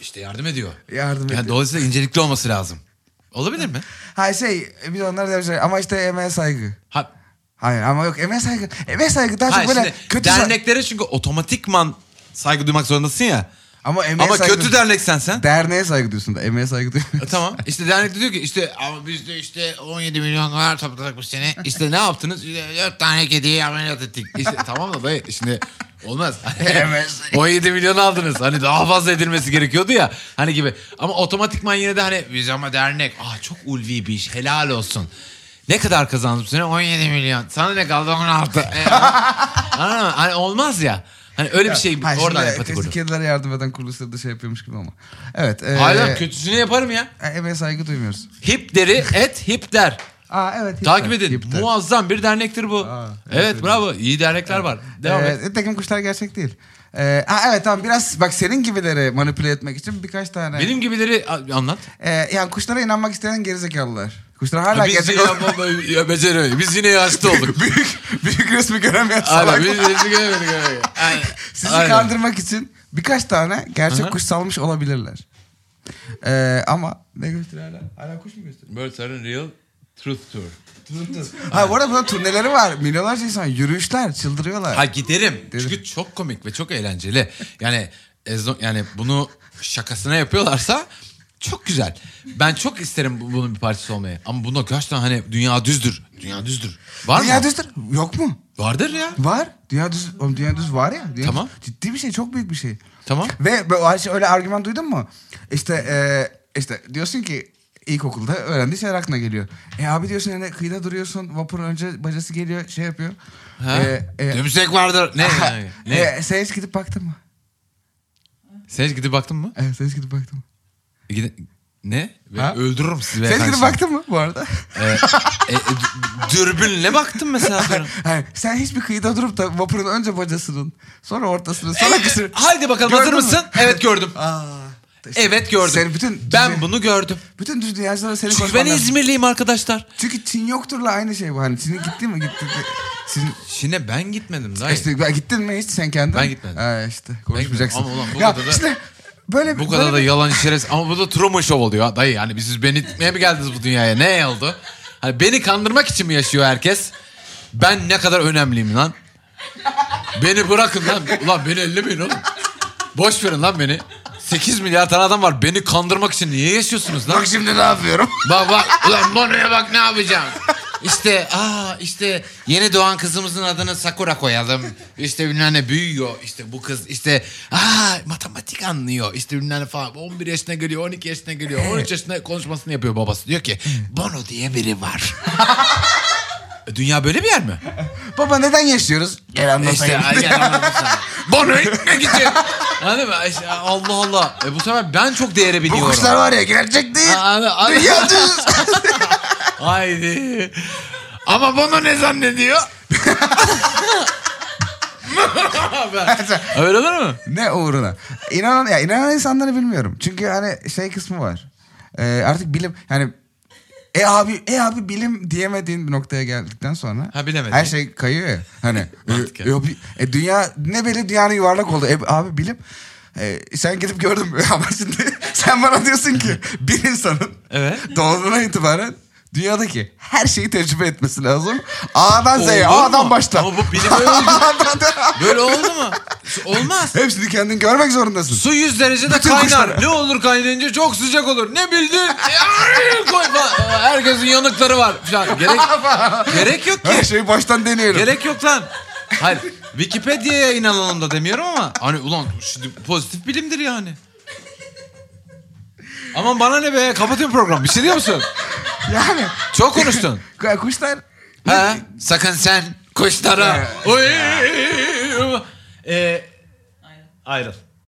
Speaker 2: İşte yardım ediyor.
Speaker 3: Yardım
Speaker 2: yani
Speaker 3: ediyor.
Speaker 2: Dolayısıyla incelikli olması lazım. Olabilir mi?
Speaker 3: Ha şey biz onlara da bir şey ama işte emeğe saygı.
Speaker 2: Ha,
Speaker 3: Hayır ama yok emeğe saygı. Emeğe saygı daha
Speaker 2: hayır,
Speaker 3: çok böyle
Speaker 2: şimdi
Speaker 3: kötü sa-
Speaker 2: derneklere çünkü otomatikman saygı duymak zorundasın ya.
Speaker 3: Ama emeğe
Speaker 2: Ama
Speaker 3: saygı.
Speaker 2: kötü dernek sen sen.
Speaker 3: Derneğe saygı diyorsun da emeğe saygı
Speaker 2: E,
Speaker 3: duymuyorsun.
Speaker 2: tamam. İşte dernek de diyor ki işte ama biz de işte 17 milyon dolar topladık bu sene. İşte ne yaptınız? 4 tane kediyi ameliyat ettik. İşte tamam da dayı şimdi olmaz.
Speaker 3: Evet.
Speaker 2: 17 milyon aldınız. Hani daha fazla edilmesi gerekiyordu ya. Hani gibi. Ama otomatikman yine de hani biz ama dernek. Ah çok ulvi bir iş. Helal olsun. Ne kadar kazandın bu sene? 17 milyon. Sana ne kaldı? 16. E, anladın mı? Hani olmaz ya. Hani öyle bir şey
Speaker 3: Hayır,
Speaker 2: oradan
Speaker 3: şimdi
Speaker 2: empati
Speaker 3: eski
Speaker 2: kurdum.
Speaker 3: kedilere yardım eden kuruluşları da şey yapıyormuş gibi ama. Evet. E,
Speaker 2: Hayır lan, kötüsünü yaparım ya.
Speaker 3: Emeğe saygı duymuyoruz.
Speaker 2: Hip deri et hip der.
Speaker 3: Aa evet. hipster,
Speaker 2: Takip edin.
Speaker 3: hipster.
Speaker 2: Muazzam bir dernektir bu.
Speaker 3: Aa,
Speaker 2: evet bravo. İyi dernekler var. Devam
Speaker 3: Ee,
Speaker 2: et.
Speaker 3: Tekin kuşlar gerçek değil. Ee, ha, evet tamam biraz bak senin gibileri manipüle etmek için birkaç tane.
Speaker 2: Benim gibileri a- anlat.
Speaker 3: Ee, yani kuşlara inanmak isteyen gerizekalılar. Kuşlar hala
Speaker 2: biz
Speaker 3: gerçek
Speaker 2: yine,
Speaker 3: olan-
Speaker 2: ya, ya beceremiyoruz. Biz yine yaşlı olduk.
Speaker 3: büyük, büyük resmi göremeyen
Speaker 2: Aynen
Speaker 3: salak.
Speaker 2: biz bizi göremedik. öyle. Aynen.
Speaker 3: Sizi
Speaker 2: Aynen.
Speaker 3: kandırmak için birkaç tane gerçek
Speaker 2: Aha.
Speaker 3: kuş salmış olabilirler. Ee, ama ne gösteriyor hala? Hala kuş mu gösteriyor?
Speaker 2: Birds are a real truth tour.
Speaker 3: Ha, bu arada bunun turneleri var. Milyonlarca insan yürüyüşler çıldırıyorlar.
Speaker 2: Ha giderim.
Speaker 3: Giderim.
Speaker 2: Çünkü çok komik ve çok eğlenceli. Yani ezo- yani bunu şakasına yapıyorlarsa çok güzel. Ben çok isterim bu- bunun bir parçası olmayı. Ama bunda kaç tane hani dünya düzdür. Dünya düzdür. Var
Speaker 3: Dünya
Speaker 2: mı?
Speaker 3: düzdür. Yok mu?
Speaker 2: Vardır ya.
Speaker 3: Var. Dünya düz, oğlum dünya düz var ya. Dünya
Speaker 2: Tamam.
Speaker 3: düz- ciddi bir şey, çok büyük bir şey.
Speaker 2: Tamam.
Speaker 3: Ve böyle, o şey- öyle argüman duydun mu? İşte e, işte diyorsun ki ilkokulda öğrendiği şeyler aklına geliyor. E abi diyorsun yani kıyıda duruyorsun vapurun önce bacası geliyor şey yapıyor.
Speaker 2: Ha?
Speaker 3: E, e,
Speaker 2: Dümsek vardır. Ne? yani? ne?
Speaker 3: e, sen hiç gidip baktın mı?
Speaker 2: Sen hiç gidip baktın mı?
Speaker 3: Evet sen hiç gidip baktın mı?
Speaker 2: Gide- ne? Ben
Speaker 3: Ha?
Speaker 2: öldürürüm sizi. E,
Speaker 3: sen hiç gidip baktın mı bu arada?
Speaker 2: dürbünle baktım mesela. sonra.
Speaker 3: Hayır, sen hiç bir kıyıda durup da vapurun önce bacasının sonra ortasının sonra kısır.
Speaker 2: E, Haydi bakalım hazır
Speaker 3: Gördün mü?
Speaker 2: mısın? Evet gördüm.
Speaker 3: Aa.
Speaker 2: Evet gördüm.
Speaker 3: Sen bütün-
Speaker 2: ben bunu gördüm.
Speaker 3: Bütün düz dünyacılara seni
Speaker 2: Çünkü
Speaker 3: konuşman
Speaker 2: ben
Speaker 3: lazım.
Speaker 2: İzmirliyim arkadaşlar.
Speaker 3: Çünkü Çin yokturla aynı şey bu. Hani Çin'e gitti mi gitti. Çin
Speaker 2: Çin'e ben gitmedim dayı.
Speaker 3: işte ben gittin mi hiç sen kendin?
Speaker 2: Ben gitmedim.
Speaker 3: Ha işte konuşmayacaksın.
Speaker 2: Ama ulan bu
Speaker 3: ya
Speaker 2: kadar da-
Speaker 3: işte böyle
Speaker 2: bu kadar da
Speaker 3: böyle,
Speaker 2: yalan şerez. Ama bu da Truman Show oluyor ha dayı. Yani siz beni itmeye mi geldiniz bu dünyaya? Ne oldu? Hani beni kandırmak için mi yaşıyor herkes? Ben ne kadar önemliyim lan? Beni bırakın lan. Ulan beni ellemeyin oğlum. Boş verin lan beni. 8 milyar tane adam var. Beni kandırmak için niye yaşıyorsunuz lan?
Speaker 3: Bak şimdi ne yapıyorum?
Speaker 2: Bak bak ulan Bono'ya bak ne yapacağım. İşte aa işte yeni doğan kızımızın adını Sakura koyalım. İşte bilmem ne büyüyor. İşte bu kız işte aa matematik anlıyor. İşte bilmem ne falan. 11 yaşına geliyor, 12 yaşına geliyor. 13 yaşında konuşmasını yapıyor babası. Diyor ki
Speaker 3: Hmm.
Speaker 2: Bono diye biri var. E, Dünya böyle bir yer mi?
Speaker 3: Baba neden yaşıyoruz? Gel
Speaker 2: İşte
Speaker 3: anlatayım.
Speaker 2: ay, gel anladım sana. Bono ne gitti? Anladın mı? İşte, Allah Allah. E, bu sefer ben çok değere
Speaker 3: bu
Speaker 2: biniyorum.
Speaker 3: kuşlar var ya gerçek değil.
Speaker 2: Aa, anı- anı-
Speaker 3: Dünya düz.
Speaker 2: Haydi. Ama bunu ne zannediyor? Öyle olur mu?
Speaker 3: ne uğruna? İnanan ya inanan insanları bilmiyorum. Çünkü hani şey kısmı var. Ee, artık bilim yani e abi e abi bilim diyemediğin bir noktaya geldikten sonra
Speaker 2: Ha, bilemedin.
Speaker 3: her şey kayıyor ya. Hani e,
Speaker 2: Mantıken.
Speaker 3: e, abi- e, dünya ne belli dünyanın yuvarlak oldu. E, abi bilim e, sen gidip gördün mü? ama şimdi sen bana diyorsun ki bir insanın
Speaker 2: Evet.
Speaker 3: doğduğuna itibaren dünyadaki her şeyi tecrübe etmesi lazım. A'dan Z'ye,
Speaker 2: Olur mu?
Speaker 3: A'dan başla.
Speaker 2: Ama bu bilim öyle değil.
Speaker 3: A'dan devam.
Speaker 2: Böyle oldu mu? Olmaz.
Speaker 3: Hepsini kendin görmek zorundasın.
Speaker 2: Su 100 derecede
Speaker 3: Bütün
Speaker 2: kaynar.
Speaker 3: kuşlar-
Speaker 2: Ne olur kaynayınca çok sıcak olur. Ne bildin? Ya, Koy falan. Herkesin yanıkları var. Falan. Gerek, gerek yok ki.
Speaker 3: Her şeyi baştan deneyelim.
Speaker 2: Gerek yok lan. Hayır. Wikipedia'ya inanalım da demiyorum ama hani ulan şimdi pozitif bilimdir yani. Aman bana ne be kapatıyorum programı. Bir şey diyor musun?
Speaker 3: Yani
Speaker 2: Çok konuştun.
Speaker 3: ya kuşlar
Speaker 2: ha? Sakın sen kuşlara. Oy. Ee, ayrıl.